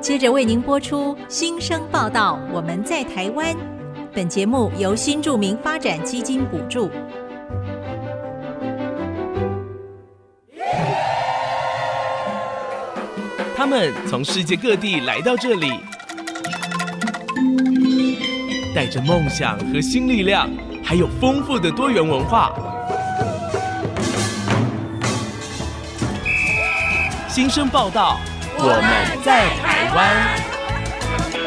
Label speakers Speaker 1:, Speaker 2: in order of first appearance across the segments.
Speaker 1: 接着为您播出《新生报道》，我们在台湾。本节目由新著名发展基金补助。
Speaker 2: 他们从世界各地来到这里，带着梦想和新力量，还有丰富的多元文化。新生报道，我们在台湾。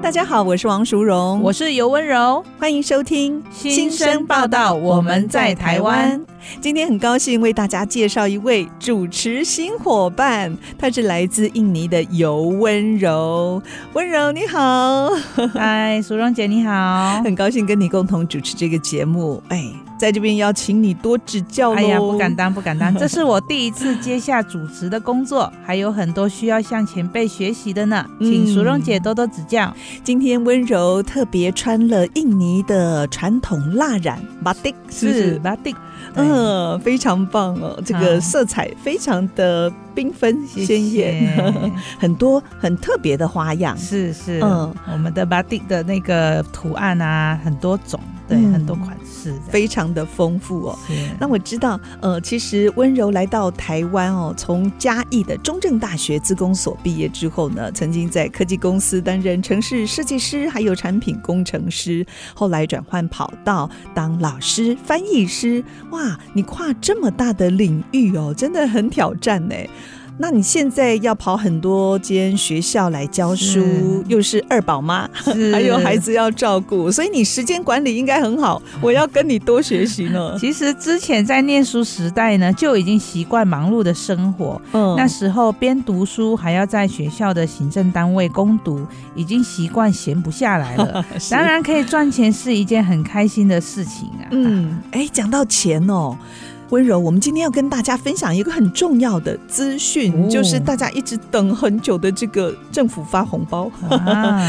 Speaker 3: 大家好，我是王淑荣，
Speaker 4: 我是尤温 柔，
Speaker 3: 欢迎收听《
Speaker 4: 新生报道我们在台湾》。
Speaker 3: 今天很高兴为大家介绍一位主持新伙伴，他是来自印尼的尤温柔。温柔你好，
Speaker 4: 嗨，哎淑荣姐你好，
Speaker 3: 很高兴跟你共同主持这个节目。哎，在这边要请你多指教喽。
Speaker 4: 哎呀，不敢当，不 敢当，这是我第一次接下主持的工作，还有很多需要向前辈学习的呢，
Speaker 3: 嗯
Speaker 4: 请淑荣姐多多指教。
Speaker 3: 今天温柔特别穿了印尼的传统蜡染马丁，是不是？
Speaker 4: 巴蒂，嗯，
Speaker 3: 嗯，非常棒哦，这个
Speaker 4: 好
Speaker 3: 色彩非常的缤纷
Speaker 4: 谢
Speaker 3: 鲜艳，
Speaker 4: 谢
Speaker 3: 很多很特别的花样。
Speaker 4: 是是，
Speaker 3: 嗯
Speaker 4: 我们的巴蒂的那个图案啊，很多种，对，
Speaker 3: 嗯
Speaker 4: 很多款式的，
Speaker 3: 非常的丰富哦。
Speaker 4: 是
Speaker 3: 那我知道，呃，其实温柔来到台湾哦，从嘉义的中正大学资工所毕业之后呢，曾经在科技公司担任城市设计师，还有产品工程师，后来转换跑道当老师、翻译师。哇，你跨这么大的领域哦，真的很挑战呢。那你现在要跑很多间学校来教书
Speaker 4: 是，
Speaker 3: 又是二宝妈，
Speaker 4: 是
Speaker 3: 还有孩。子要照顾，所以你时间管理应该很好。我要跟你多学习呢。
Speaker 4: 其实之前在念书时代呢，就已经习惯忙碌的生活，
Speaker 3: 嗯
Speaker 4: 那时候边读书还要在学校的行政单位攻读，已经习惯闲不下来了。
Speaker 3: 是
Speaker 4: 当，然可以赚钱是一件很开心的事情啊。
Speaker 3: 嗯，哎，讲到钱哦。温柔，我们今天要跟大家分享一个很重要的资讯，
Speaker 4: 哦
Speaker 3: 就是大家一直等很久的这个政府发红包，
Speaker 4: 啊，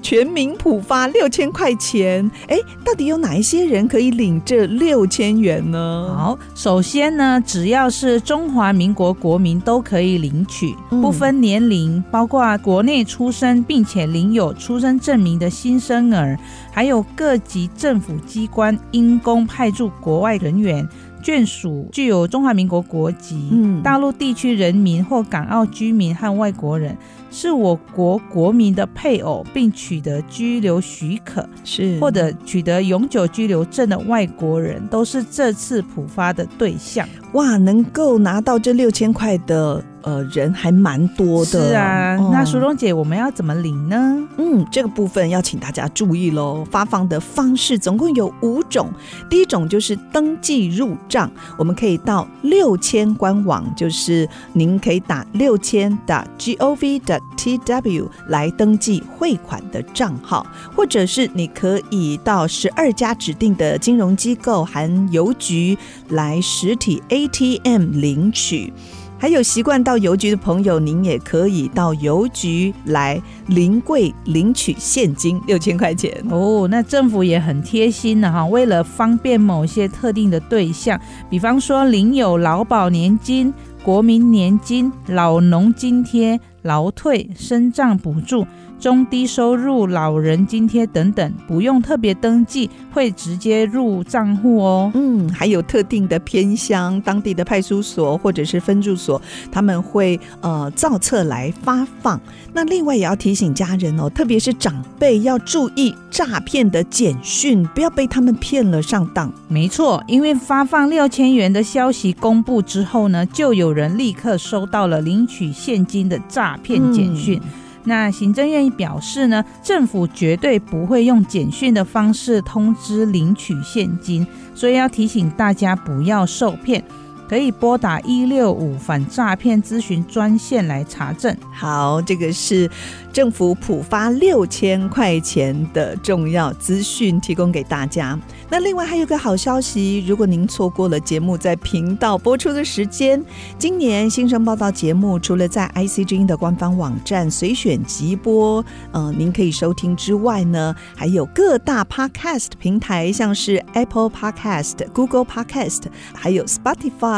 Speaker 3: 全民普发六千块钱。哎，到底有哪一些人可以领这六千元呢？，
Speaker 4: 好，首先呢，只要是中华民国国民都可以领取，
Speaker 3: 嗯
Speaker 4: 不分年龄，包括国内出生并且领有出生证明的新生儿，还有各级政府机关因公派驻国外人员。眷属具有中华民国国籍、
Speaker 3: 嗯
Speaker 4: 大陆地区人民或港澳居民和外国人，是我国国民的配偶，并取得居留许可，
Speaker 3: 是
Speaker 4: 或者取得永久居留证的外国人，都是这次普发的对象。
Speaker 3: 哇，能够拿到这六千块的呃人还蛮多的。
Speaker 4: 是啊，
Speaker 3: 嗯
Speaker 4: 那淑荣姐，我们要怎么领呢？
Speaker 3: 嗯，这个部分要请大家注意喽。发放的方式总共有五种，第一种就是登记入账，我们可以到六千官网，就是您可以打六千打 g o v 的 t w 来登记汇款的账号，或者是你可以到十二家指定的金融机构含邮局来实体 ATM 领取。还有习惯到邮局的朋友，您也可以到邮局来临柜领取现金六千块钱。
Speaker 4: 哦，那政府也很贴心的、哈，为了方便某些特定的对象，比方说领有劳保年金、国民年金、老农津贴、劳退、生障补助、中低收入老人津贴等等，不用特别登记，会直接入账户哦。
Speaker 3: 嗯，还有特定的偏乡、当地的派出所或者是分驻所，他们会呃造册来发放。那另外也要提醒家人哦，特别是长辈要注意诈骗的简讯，不要被他们骗了上当。
Speaker 4: 没错，因为发放六千元的消息公布之后呢，就有人立刻收到了领取现金的诈骗简讯。那行政院表示呢，政府绝对不会用简讯的方式通知领取现金，所以要提醒大家不要受骗。可以拨打一六五反诈骗咨询专线来查证。
Speaker 3: 好，这个是政府普发六千块钱的重要资讯，提供给大家。那另外还有个好消息，如果您错过了节目在频道播出的时间，今年新生报道节目除了在 IC 之音的官方网站随选即播，呃，您可以收听之外呢，还有各大 Podcast 平台，像是 Apple Podcast、Google Podcast，还有 Spotify、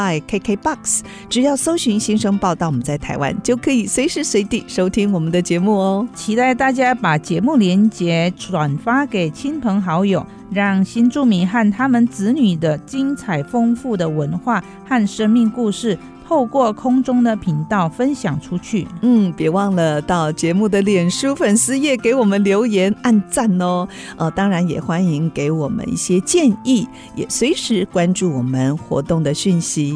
Speaker 3: KKBox，只要搜寻“新生报道”，我们在台湾就可以随时随地收听我们的节目哦。
Speaker 4: 期待大家把节目连结转发给亲朋好友，让新住民和他们子女的精彩丰富的文化和生命故事，透过空中的频道分享出去。
Speaker 3: 嗯，别忘了到节目的脸书粉丝页给我们留言、按赞哦。呃，当然也欢迎给我们一些建议，也随时关注我们活动的讯息。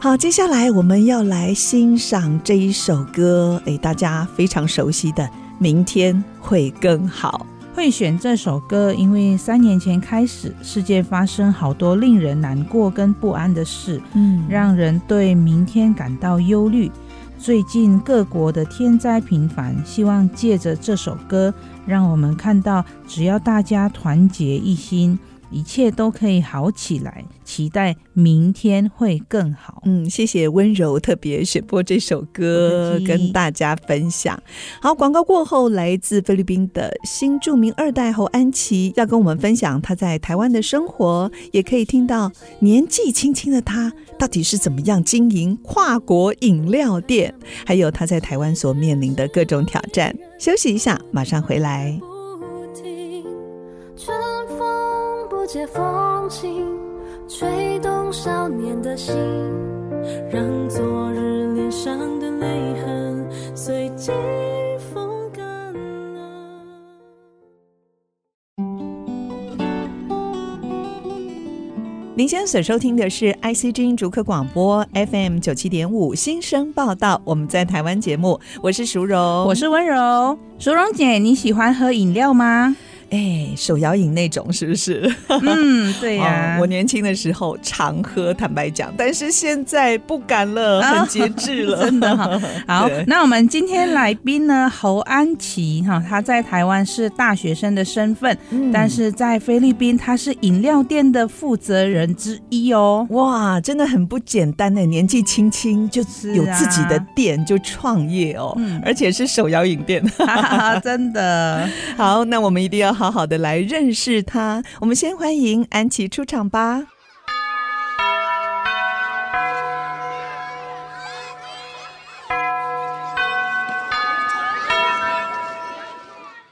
Speaker 3: 好，接下来我们要来欣赏这一首歌，诶，大家非常熟悉的《明天会更好》。
Speaker 4: 会选这首歌，因为三年前开始，世界发生好多令人难过跟不安的事，
Speaker 3: 嗯
Speaker 4: 让人对明天感到忧虑。最近各国的天灾频繁，希望借着这首歌，让我们看到，只要大家团结一心，一切都可以好起来。期待明天会更好。
Speaker 3: 嗯，谢谢温柔特别选播这首歌
Speaker 4: 不客气
Speaker 3: 跟大家分享。好，广告过后，来自菲律宾的新著名二代侯安琪要跟我们分享他在台湾的生活，也可以听到年纪轻轻的他到底是怎么样经营跨国饮料店，还有他在台湾所面临的各种挑战。休息一下，马上回来。
Speaker 5: 不停，春风不解风情，吹动少年的心，让昨日脸上的泪痕随季风干啊了。
Speaker 3: 您现在所收听的是 IC 之音逐客广播 FM 九七点五新生报道，我们在台湾节目，我是淑荣，
Speaker 4: 我是温柔，淑荣姐，你喜欢喝饮料吗？
Speaker 3: 哎，手摇饮那种是不是？
Speaker 4: 嗯，对 呀、
Speaker 3: 哦我年轻的时候常喝，坦白讲，但是现在不敢了，
Speaker 4: 啊
Speaker 3: 很节制 了，
Speaker 4: 真的哈好
Speaker 3: 对，
Speaker 4: 那我们今天来宾呢，侯安琪哈，他在台湾是大学生的身份，
Speaker 3: 嗯
Speaker 4: 但是在菲律宾他是饮料店的负责人之一哦。
Speaker 3: 哇，真的很不简单呢，年纪轻轻就有自己的店，就创业哦，
Speaker 4: 嗯
Speaker 3: 而且是手摇饮店。
Speaker 4: 哈哈哈，真的，
Speaker 3: 好，那我们一定要好好的来认识他。我们先欢迎安琪出场吧。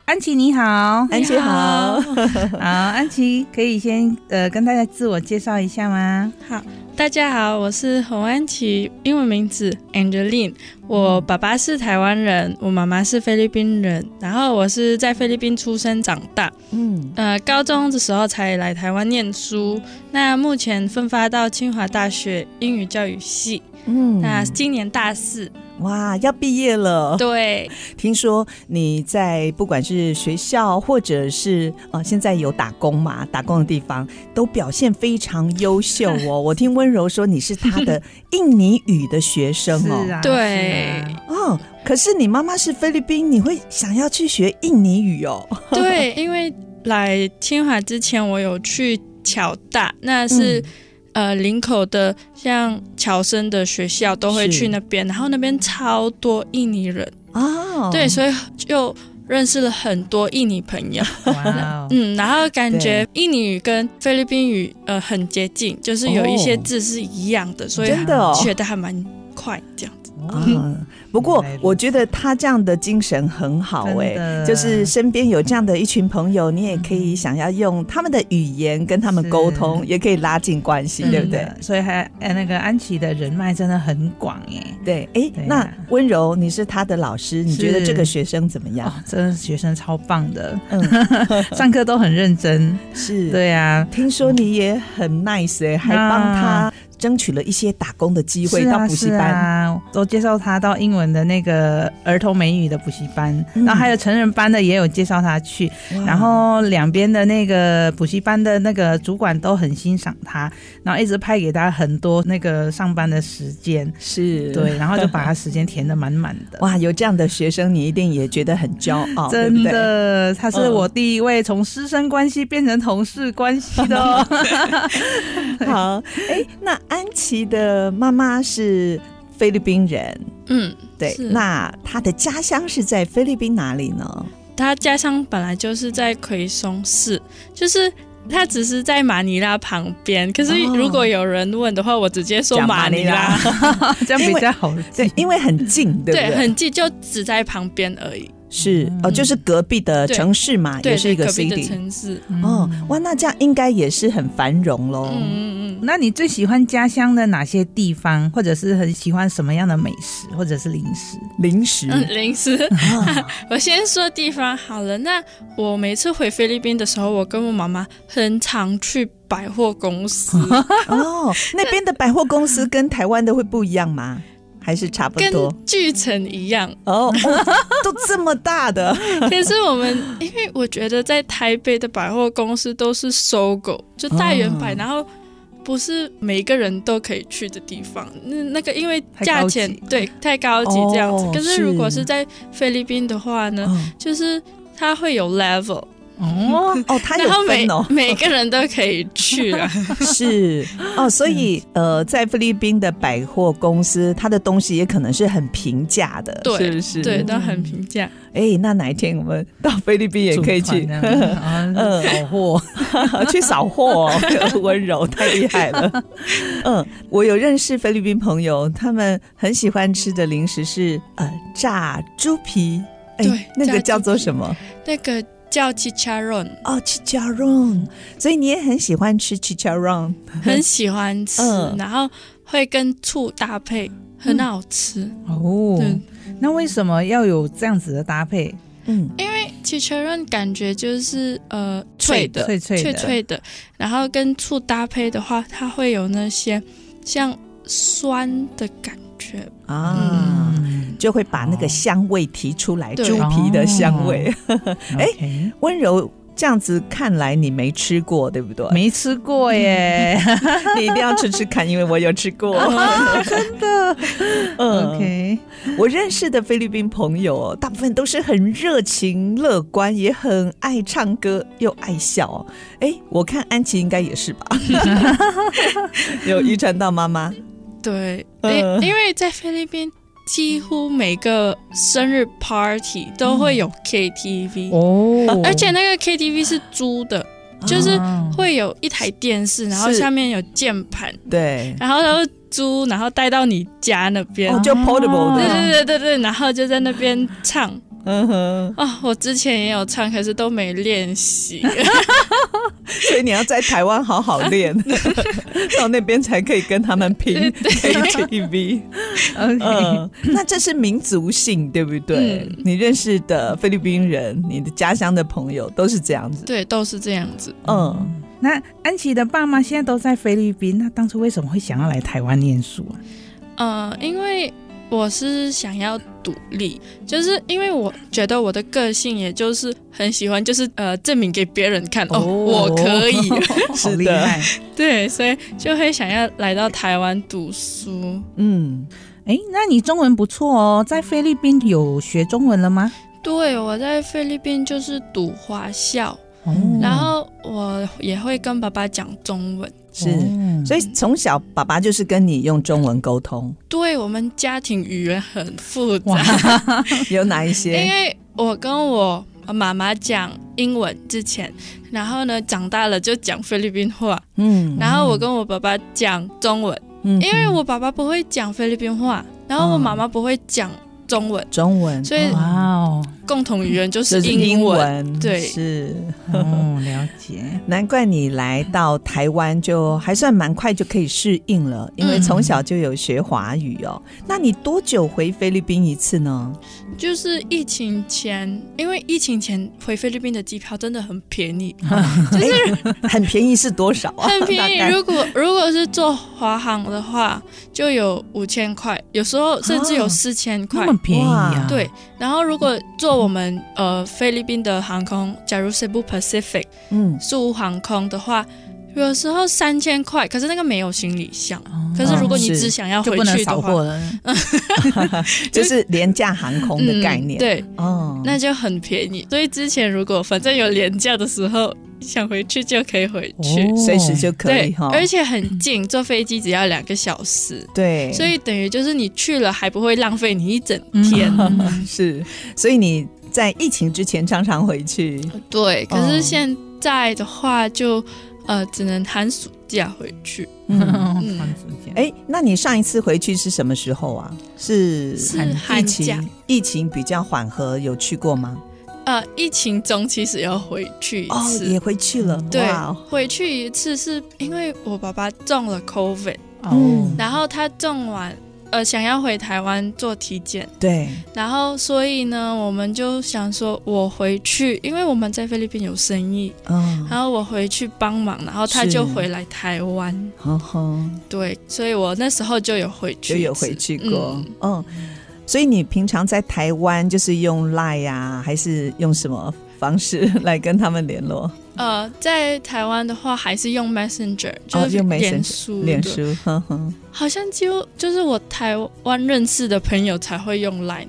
Speaker 4: 安琪你好，
Speaker 3: 安琪好，
Speaker 4: 好，安琪可以先呃跟大家自我介绍一下吗？
Speaker 6: 好，大家好，我是洪安琪，英文名字 Angeline。我爸爸是台湾人，我妈妈是菲律宾人，然后我是在菲律宾出生长大，
Speaker 3: 嗯，
Speaker 6: 呃，高中的时候才来台湾念书。那目前分发到清华大学英语教育系，
Speaker 3: 嗯哦
Speaker 6: 那今年大四。
Speaker 3: 哇，要毕业了，
Speaker 6: 对，
Speaker 3: 听说你在不管是学校或者是呃，现在有打工嘛，打工的地方都表现非常优秀 哦。我听温柔说你是他的印尼语的学生
Speaker 4: 是
Speaker 3: 哦，
Speaker 4: 啊，
Speaker 6: 对
Speaker 4: 是啊
Speaker 3: 哦，可是你妈妈是菲律宾，你会想要去学印尼语哦？
Speaker 6: 对，因为来清华之前，我有去侨大，那
Speaker 3: 嗯
Speaker 6: 是、呃林口的像侨生的学校都会
Speaker 3: 是
Speaker 6: 去那边，然后那边超多印尼人，
Speaker 3: 哦，
Speaker 6: 对，所以就认识了很多印尼朋 友。
Speaker 4: 哇哦，
Speaker 6: 嗯，然后感觉印尼语跟菲律宾语呃很接近，就是有一些
Speaker 3: 哦
Speaker 6: 字是一样的，所以
Speaker 3: 真的哦
Speaker 6: 学的还蛮快这样子。
Speaker 3: 啊，不过我觉得他这样的精神很好
Speaker 4: 真
Speaker 3: 哎、
Speaker 4: 的
Speaker 3: 就是身边有这样的一群朋友，你也可以想要用他们的语言跟他们沟通，
Speaker 4: 是
Speaker 3: 也可以拉近关系，
Speaker 6: 嗯
Speaker 3: 对不对？
Speaker 4: 所以还呃那个安琪的人脉真的很广耶。
Speaker 3: 对，哎
Speaker 4: 对，啊
Speaker 3: 那温柔，你是他的老师，你
Speaker 4: 是
Speaker 3: 觉得这个学生怎么样
Speaker 4: 哦？，真的学生超棒的，
Speaker 3: 嗯，
Speaker 4: 上课都很认真。
Speaker 3: 是。
Speaker 4: 对呀、啊
Speaker 3: 听说你也很 nice 哎、还帮他争取了一些打工的机会
Speaker 4: 是
Speaker 3: 到
Speaker 4: 啊
Speaker 3: 补习班。
Speaker 4: 是啊，都介绍他到英文的那个儿童美语的补习班，
Speaker 3: 嗯
Speaker 4: 然后还有成人班的也有介绍他去，
Speaker 3: 哇
Speaker 4: 然后两边的那个补习班的那个主管都很欣赏他，然后一直派给他很多那个上班的时间，
Speaker 3: 是
Speaker 4: 对，然后就把他时间填得满满的。
Speaker 3: 哇，有这样的学生，你一定也觉得很骄傲，对嗯不
Speaker 4: 真
Speaker 3: 对？
Speaker 4: 的，他是我第一位从师生关系变成同事关系的、 哦。
Speaker 3: 好，哎，那安琪的妈妈是菲律宾人，
Speaker 6: 嗯，
Speaker 3: 对，
Speaker 6: 是
Speaker 3: 那她的家乡是在菲律宾哪里呢？
Speaker 6: 他家乡本来就是在奎松市，就是他只是在马尼拉旁边。可是
Speaker 3: 哦
Speaker 6: 如果有人问的话，我直接说
Speaker 3: 讲
Speaker 6: 马
Speaker 3: 马尼
Speaker 6: 尼
Speaker 3: 拉
Speaker 6: 拉，
Speaker 4: 这样比较好
Speaker 3: 对
Speaker 4: 记，
Speaker 3: 因为很近，对不对？
Speaker 6: 很近，就只在旁边而已。
Speaker 3: 是哦，
Speaker 4: 嗯
Speaker 3: 就是隔壁的城市嘛，
Speaker 6: 对，
Speaker 3: 也是一个
Speaker 6: 隔壁的
Speaker 3: city。
Speaker 6: 城市。
Speaker 3: 哦，
Speaker 4: 嗯
Speaker 3: 哇，那这样应该也是很繁荣喽。
Speaker 6: 嗯嗯嗯，
Speaker 4: 那你最喜欢家乡的哪些地方，或者是很喜欢什么样的美食，或者是零食？
Speaker 3: 零食
Speaker 6: 嗯， 零食。
Speaker 3: 啊，
Speaker 6: 我先说地方好了。那我每次回菲律宾的时候，我跟我妈妈很常去百货 公司，
Speaker 3: 哦，那边的百货公司跟台湾的会不一样吗？还是差不
Speaker 6: 跟
Speaker 3: 多？
Speaker 6: 巨城一样。
Speaker 3: 哦，哦都这么大 的，
Speaker 6: 可是我们，因为我觉得在台北的百货公司都是收购，就大圆百，
Speaker 3: 哦
Speaker 6: 然后不是每个人都可以去的地方。那那个因为
Speaker 4: 太
Speaker 6: 价
Speaker 4: 高
Speaker 6: 钱
Speaker 4: 级
Speaker 6: 对太高级这样子。
Speaker 3: 哦
Speaker 6: 可是如果
Speaker 3: 是
Speaker 6: 是在菲律宾的话呢，
Speaker 3: 哦
Speaker 6: 就是它会有 level，
Speaker 4: 哦，
Speaker 3: 哦，它有
Speaker 6: 然后每，
Speaker 3: 分哦
Speaker 6: 每个人都可以去啊。
Speaker 3: 是哦，所以
Speaker 6: 嗯
Speaker 3: 呃，在菲律宾的百货公司，它的东西也可能是很平价的，
Speaker 6: 对
Speaker 3: 是不是？
Speaker 6: 对，都很平价。
Speaker 3: 哎，那哪一天我们到菲律宾也可以去
Speaker 4: 组，团这样
Speaker 3: 嗯
Speaker 4: 啊扫货，
Speaker 3: 去扫货、哦，温柔太厉害 了。嗯，我有认识菲律宾朋友，他们很喜欢吃的零食是呃炸猪皮，哎
Speaker 6: 对
Speaker 3: 那个
Speaker 6: 炸
Speaker 3: 叫
Speaker 6: 猪
Speaker 3: 做
Speaker 6: 皮
Speaker 3: 什么？
Speaker 6: 那个叫 chicharon，
Speaker 3: 哦，chicharron。所以你也很喜欢吃 chicharron。
Speaker 6: 很喜欢吃，
Speaker 3: 嗯
Speaker 6: 然后会跟醋搭配，很好吃。
Speaker 4: 哦
Speaker 6: 对，
Speaker 4: 那为什么要有这样子的搭配？
Speaker 3: 嗯，
Speaker 6: chicharon 感觉就是呃
Speaker 3: 脆
Speaker 6: 脆
Speaker 3: 的
Speaker 6: 的。
Speaker 4: 脆脆
Speaker 6: 脆
Speaker 4: 的，
Speaker 6: 脆的，然后跟醋搭配的话，它会有那些像酸的感觉。
Speaker 3: 啊。
Speaker 4: 嗯，
Speaker 3: 就会把那个香味提出来，
Speaker 6: 对哦
Speaker 3: 猪皮的香味。哎
Speaker 4: 哎，
Speaker 3: 温柔，这样子看来你没吃过，对不 对？
Speaker 4: 没吃过耶
Speaker 3: 你一定要吃吃看，因为我有吃过。
Speaker 6: 啊
Speaker 3: 嗯
Speaker 4: ，OK，
Speaker 3: 我认识的菲律宾朋友，哦大部分都是很热情、乐观，也很爱唱歌，又爱笑哦。哎，我看安琪应该也是吧？ 有遗传到妈妈
Speaker 6: 对，因、
Speaker 4: 呃
Speaker 3: 嗯
Speaker 6: 因为在菲律宾，几乎每个生日 party 都会有 KTV，、
Speaker 4: 嗯哦
Speaker 6: 而且那个 KTV 是租的，就是
Speaker 4: 啊
Speaker 6: 会有一台电视，然后
Speaker 3: 是
Speaker 6: 下面有键盘，
Speaker 3: 对。
Speaker 6: 然后都租，然后带到你家那边。
Speaker 3: 哦，就 portable
Speaker 6: 对
Speaker 3: 的，
Speaker 6: 对对对对，然后就在那边唱
Speaker 3: 嗯 哼，
Speaker 6: 哦，我之前也有唱，可是都没练习。
Speaker 3: 所以你要在台湾好好练，到那边才可以跟他们拼 KTV。
Speaker 4: OK，
Speaker 3: 嗯，那这是民族性，对不对？
Speaker 6: 嗯
Speaker 3: 你认识的菲律宾人，你的家乡的朋友都是这样子。
Speaker 6: 对，都是这样子。
Speaker 3: 嗯，
Speaker 4: 那安琪的爸妈现在都在菲律宾，那当初为什么会想要来台湾念书啊？
Speaker 6: 呃，因为我是想要独立，就是因为我觉得我的个性，也就是很喜欢，就是呃，证明给别人看哦，我可以。
Speaker 4: 好
Speaker 3: 是
Speaker 4: 厉
Speaker 3: 的，
Speaker 4: 害。
Speaker 6: 对，所以就会想要来到台湾读书。
Speaker 3: 嗯，
Speaker 4: 哎，那你中文不错哦，在菲律宾有学中文了吗？
Speaker 6: 对，我在菲律宾就是读华校，
Speaker 4: 哦
Speaker 6: 然后我也会跟爸爸讲中文。
Speaker 3: 是。
Speaker 4: 哦
Speaker 6: 嗯
Speaker 3: 所以从小爸爸就是跟你用中文沟 通，
Speaker 6: 对我们家庭语言很复
Speaker 4: 哇
Speaker 6: 杂，
Speaker 3: 有哪一
Speaker 6: 因
Speaker 3: 些？
Speaker 6: 为我跟我妈妈讲英文之前，然后呢长大了就讲菲律宾话，
Speaker 3: 嗯
Speaker 6: 然后我跟我爸爸讲中文，
Speaker 3: 嗯
Speaker 6: 因为我爸爸不会讲菲律宾话，然后我妈妈不会讲中文，
Speaker 3: 中文，
Speaker 6: 所以
Speaker 3: 哇
Speaker 4: 哇哦，
Speaker 6: 共同语言就是
Speaker 3: 就是
Speaker 6: 英
Speaker 3: 英
Speaker 6: 文。
Speaker 3: 文
Speaker 6: 对
Speaker 3: 是。
Speaker 4: 哦，了解。
Speaker 3: 难怪你来到台湾就还算蛮快就可以适应了，因为从小就有学华语哦。
Speaker 6: 嗯
Speaker 3: 那你多久回菲律宾一次呢？
Speaker 6: 就是疫情前，因为疫情前回菲律宾的机票真的很便宜，
Speaker 3: 很便宜是多少啊？
Speaker 6: 很
Speaker 3: 大
Speaker 6: 便
Speaker 3: 概
Speaker 6: 宜。如果如果是坐华航的话，就有五千块，有时候甚至有
Speaker 3: 啊
Speaker 6: 四千块
Speaker 4: 那。么便宜啊
Speaker 3: 哇！
Speaker 6: 对，然后如果坐我们呃菲律宾的航空，假如 Cebu Pacific
Speaker 3: 嗯，
Speaker 6: 宿务航空的话，有时候三千块，可是那个没有行李箱。可是如果你
Speaker 3: 哦是
Speaker 6: 只想要
Speaker 4: 哦就
Speaker 6: 回
Speaker 4: 不能
Speaker 6: 去的
Speaker 4: 扫
Speaker 6: 话
Speaker 4: 货，了，
Speaker 3: 嗯就是廉价航空的概念。
Speaker 6: 嗯、，对，
Speaker 3: 哦，
Speaker 6: 那就很便宜。所以之前如果反正有廉价的时候，想回去就可以回去。
Speaker 4: 哦
Speaker 3: 随时就可以
Speaker 6: 对
Speaker 3: 哈，。嗯
Speaker 6: 而且很近，坐飞机只要两个小时，
Speaker 3: 对，
Speaker 6: 所以等于就是你去了还不会浪费你一整天。
Speaker 3: 嗯是，所以你在疫情之前常常回去，
Speaker 6: 对，可
Speaker 3: 哦
Speaker 6: 是现在的话就呃只能寒暑假回去，
Speaker 3: 嗯，
Speaker 4: 房子这样
Speaker 3: 哎，那你上一次回去是什么时候啊？是
Speaker 6: 是
Speaker 4: 寒
Speaker 3: 疫
Speaker 6: 寒假
Speaker 3: 情，疫情比较缓和，有去过吗？
Speaker 6: 呃疫情中其实要回去一
Speaker 3: 哦，
Speaker 6: 次。嗯
Speaker 3: 也回去了，
Speaker 6: 对
Speaker 3: 哇哦，
Speaker 6: 回去一次是因为我爸爸中了 COVID，
Speaker 4: 哦
Speaker 6: 然后他中完，呃，想要回台湾做体检，
Speaker 3: 对，
Speaker 6: 然后所以呢，我们就想说，我回去，因为我们在菲律宾有生意，
Speaker 3: 嗯，
Speaker 6: 然后我回去帮忙，然后他
Speaker 3: 是
Speaker 6: 就回来台湾，
Speaker 3: 哼哼，
Speaker 6: 对，所以我那时候就有回
Speaker 3: 就
Speaker 6: 去一次，
Speaker 3: 有回去过
Speaker 6: 嗯，
Speaker 3: 嗯，所以你平常在台湾就是用 Line 呀、还是用什么方式 来跟他们联络？
Speaker 6: 呃，在台湾的话还是用 Messenger，
Speaker 3: 哦
Speaker 6: 就是
Speaker 3: 用 Messenger，
Speaker 6: 脸书，
Speaker 3: 脸
Speaker 6: 嗯对，
Speaker 3: 书，哼哼，
Speaker 6: 好像几乎就是我台湾认识的朋友才会用 Line，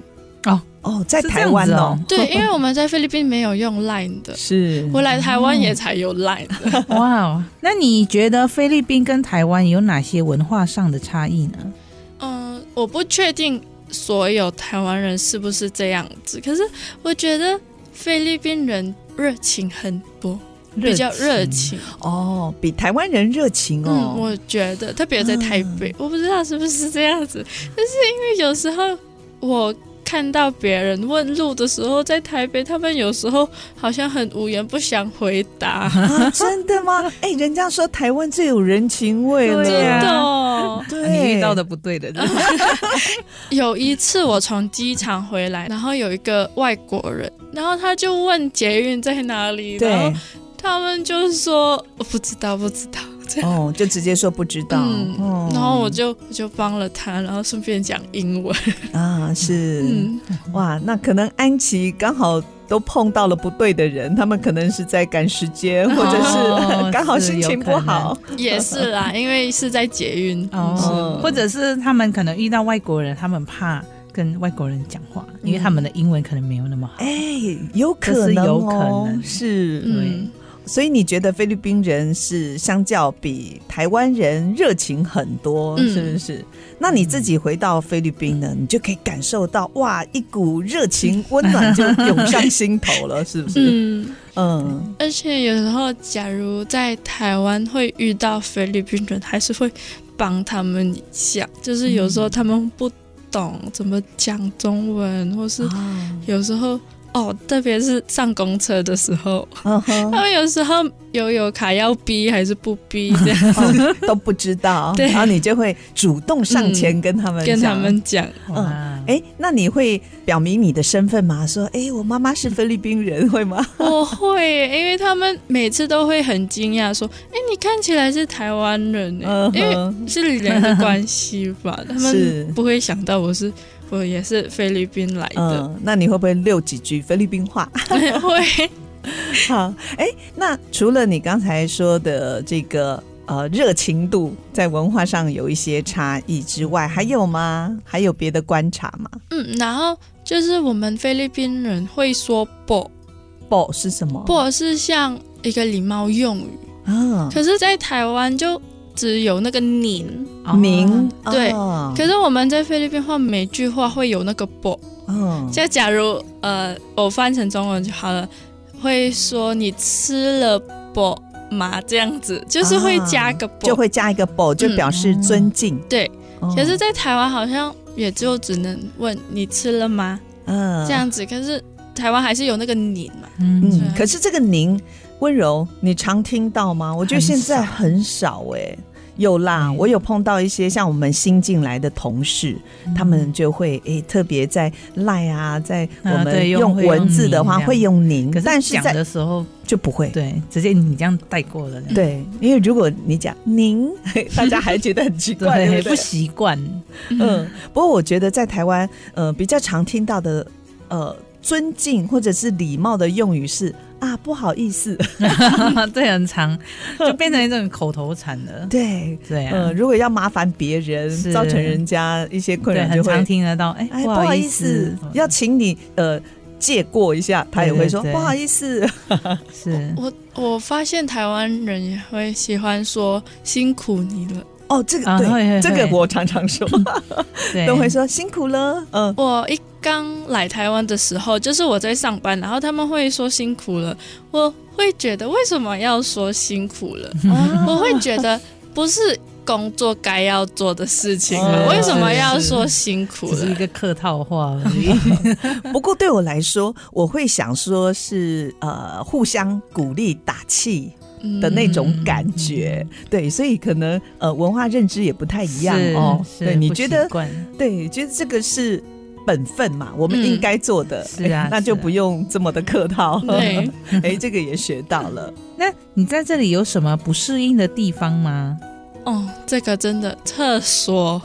Speaker 3: 哦，在
Speaker 4: 是这
Speaker 3: 台
Speaker 4: 样
Speaker 3: 湾
Speaker 4: 子
Speaker 3: 哦，
Speaker 6: 对，因为我们在菲律宾没有用 Line 的，
Speaker 3: 是，
Speaker 6: 我来台湾也才有 Line 的。
Speaker 4: 哇哦，那你觉得菲律宾跟台湾有哪些文化上的差异呢？
Speaker 6: 嗯，我不确定所有台湾人是不是这样子，可是我觉得菲律宾人热情很多，比较热情。
Speaker 3: 哦，比台湾人热情哦嗯
Speaker 6: 嗯，，我觉得特别在台北，我不知道是不是这样子，但是因为有时候我。看到别人问路的时候，在台北，他们有时候好像很无言，不想回 答。
Speaker 3: 啊，真的吗？哎、人家说台湾最有人情味了，
Speaker 4: 对啊
Speaker 6: 懂
Speaker 3: 对，
Speaker 4: 不对的人，
Speaker 6: 哦有一次我从机场回来，然后有一个外国人，然后他就问捷运在哪里，然后
Speaker 3: 对，
Speaker 6: 他们就说我不知道，不知道这样。
Speaker 3: 哦，就直接说不知道，
Speaker 6: 嗯
Speaker 3: 哦
Speaker 6: 然后我就我就帮了他，然后顺便讲英文。
Speaker 3: 啊是。
Speaker 6: 嗯，
Speaker 3: 哇，那可能安琪刚好都碰到了不对的人，他们可能是在赶时间， 或者是、
Speaker 4: 哦
Speaker 3: 刚好
Speaker 4: 是
Speaker 3: 心
Speaker 4: 有
Speaker 3: 情
Speaker 4: 可
Speaker 3: 不好。
Speaker 6: 也是啦，因为是在捷 运。
Speaker 4: 哦
Speaker 3: 嗯，
Speaker 4: 或者是他们可能遇到外国人，他们怕跟外国人讲话，因为他们的英文可能没有那么好。
Speaker 3: 哎，有
Speaker 4: 这
Speaker 3: 可能、哦，
Speaker 4: 是有可能
Speaker 3: 是
Speaker 6: 嗯，
Speaker 3: 所以你觉得菲律宾人是相较比台湾人热情很多，
Speaker 6: 嗯
Speaker 3: 是不是？那你自己回到菲律宾呢，你就可以感受到哇，一股热情温暖就涌上心头了，是不是？
Speaker 6: 嗯，
Speaker 3: 嗯，
Speaker 6: 而且有时候，假如在台湾会遇到菲律宾人，还是会帮他们一下。就是有时候他们不懂怎么讲中文，或是
Speaker 3: 啊
Speaker 6: 有时候哦，特别是上公车的时候，
Speaker 3: 嗯 哼
Speaker 6: 他们有时候悠游卡要逼还是不 逼这样
Speaker 3: 哦都不知道，
Speaker 6: 对嗯
Speaker 3: 然后你就会主动上前跟他们、
Speaker 6: 跟他们。 讲。
Speaker 4: 哇，
Speaker 3: 哎，那你会表明你的身份吗？说，哎，我妈妈是菲律宾人，会吗？
Speaker 6: 我会耶，因为他们每次都会很惊讶说：“哎，你看起来是台湾人耶。
Speaker 3: 嗯
Speaker 6: 因为
Speaker 3: 哼，
Speaker 6: 是人的关系吧，他
Speaker 3: 是
Speaker 6: 们不会想到我是我也是菲律宾来的，
Speaker 3: 嗯，那你会不会溜几句菲律宾 话？
Speaker 6: 会
Speaker 3: 好，哎，那除了你刚才说的这个呃热情度在文化上有一些差异之外，还有吗？还有别的观察吗？
Speaker 6: 嗯，然后就是我们菲律宾人会说
Speaker 3: 哦
Speaker 6: 不，
Speaker 3: 不是什么？
Speaker 6: 不是像一个礼貌用语，
Speaker 3: 啊，
Speaker 6: 可是，在台湾就只有那个您，
Speaker 3: 嗯哎
Speaker 4: 哦
Speaker 3: 名
Speaker 6: 对
Speaker 3: 啊
Speaker 6: 可是我们在菲律宾话每句话会有那个不，
Speaker 3: 嗯
Speaker 6: 就假如呃，我翻成中文就好了，会说你吃了不嘛这样子，就是
Speaker 3: 啊
Speaker 6: 会加个不，
Speaker 3: 就会加一
Speaker 4: 嗯
Speaker 3: 个不，就表示尊敬。
Speaker 6: 对
Speaker 3: 哦，
Speaker 6: 可是，在台湾好像也就只能问你吃了吗
Speaker 3: 嗯
Speaker 6: 这样子，可是台湾还是有那个年嘛，
Speaker 4: 嗯，
Speaker 3: 嗯，可是这个您温柔，你常听到吗？我觉
Speaker 4: 很
Speaker 3: 得现在
Speaker 4: 少
Speaker 3: 很少哎、有啦，我有碰到一些像我们新进来的同事，
Speaker 4: 嗯
Speaker 3: 他们就会诶、特别在赖啊，在我
Speaker 4: 啊
Speaker 3: 们
Speaker 4: 对用
Speaker 3: 用
Speaker 4: 会用
Speaker 3: 文字的话
Speaker 4: 您
Speaker 3: 会用您，
Speaker 4: 可
Speaker 3: 但
Speaker 4: 是
Speaker 3: 是
Speaker 4: 讲
Speaker 3: 在
Speaker 4: 的时候，
Speaker 3: 就不会。
Speaker 4: 对，直接你这样带过了，
Speaker 3: 对，因为如果你讲您， 大家还觉得很奇怪，对
Speaker 4: 对，
Speaker 3: 不
Speaker 4: 不
Speaker 3: 对？
Speaker 4: 习惯，
Speaker 3: 嗯，不过我觉得在台湾，呃，比较常听到的，呃，尊敬或者是礼貌的用语是啊，不好意思，
Speaker 4: 对，很长，就变成一种口头禅了。
Speaker 3: 对，
Speaker 4: 对
Speaker 3: 呃，
Speaker 4: 啊，
Speaker 3: 如果要麻烦别人，
Speaker 4: 是
Speaker 3: 造成人家一些困
Speaker 4: 对，
Speaker 3: 扰，
Speaker 4: 很
Speaker 3: 就会
Speaker 4: 常听得到，哎，
Speaker 3: 哎，
Speaker 4: 不
Speaker 3: 不
Speaker 4: 好
Speaker 3: 好
Speaker 4: 意
Speaker 3: 意
Speaker 4: 思
Speaker 3: 思，，要请你呃借过一下，他也会说
Speaker 4: 对对对
Speaker 3: 不好意思，
Speaker 4: 是
Speaker 6: 我我发现台湾人也会喜欢说辛苦你了。
Speaker 3: 哦，这个
Speaker 4: 啊会会
Speaker 3: 对，这个
Speaker 4: 会
Speaker 3: 我常常说，
Speaker 4: 对
Speaker 3: 都会说辛苦了，嗯，
Speaker 6: 我一刚来台湾的时候，就是我在上班，然后他们会说辛苦了，我会觉得为什么要说辛苦了？
Speaker 4: 嗯
Speaker 6: 我会觉得不是工作该要做的事情吗？
Speaker 3: 哦
Speaker 6: 为什么要
Speaker 4: 嗯是
Speaker 6: 说辛苦
Speaker 4: 只是一
Speaker 6: 了？
Speaker 4: 个客套话而已。
Speaker 3: 哎不过对我来说，我会想说是呃互相鼓励打气的
Speaker 6: 嗯
Speaker 3: 那种感觉，
Speaker 4: 嗯
Speaker 3: 对，所以可能呃文化认知也不太一样哦。
Speaker 4: 是
Speaker 3: 对，
Speaker 4: 是
Speaker 3: 你
Speaker 4: 不
Speaker 3: 觉
Speaker 4: 习
Speaker 3: 得
Speaker 4: 惯
Speaker 3: 对，觉得这个是本分嘛，我们应该做的，
Speaker 4: 是啊
Speaker 3: 哎那
Speaker 4: 是
Speaker 3: 就
Speaker 4: 啊
Speaker 3: 不用这么的客套。
Speaker 6: 对，
Speaker 3: 哎，这个也学到了。
Speaker 4: 那你在这里有什么不适应的地方吗？
Speaker 6: 哦，这个真的厕所，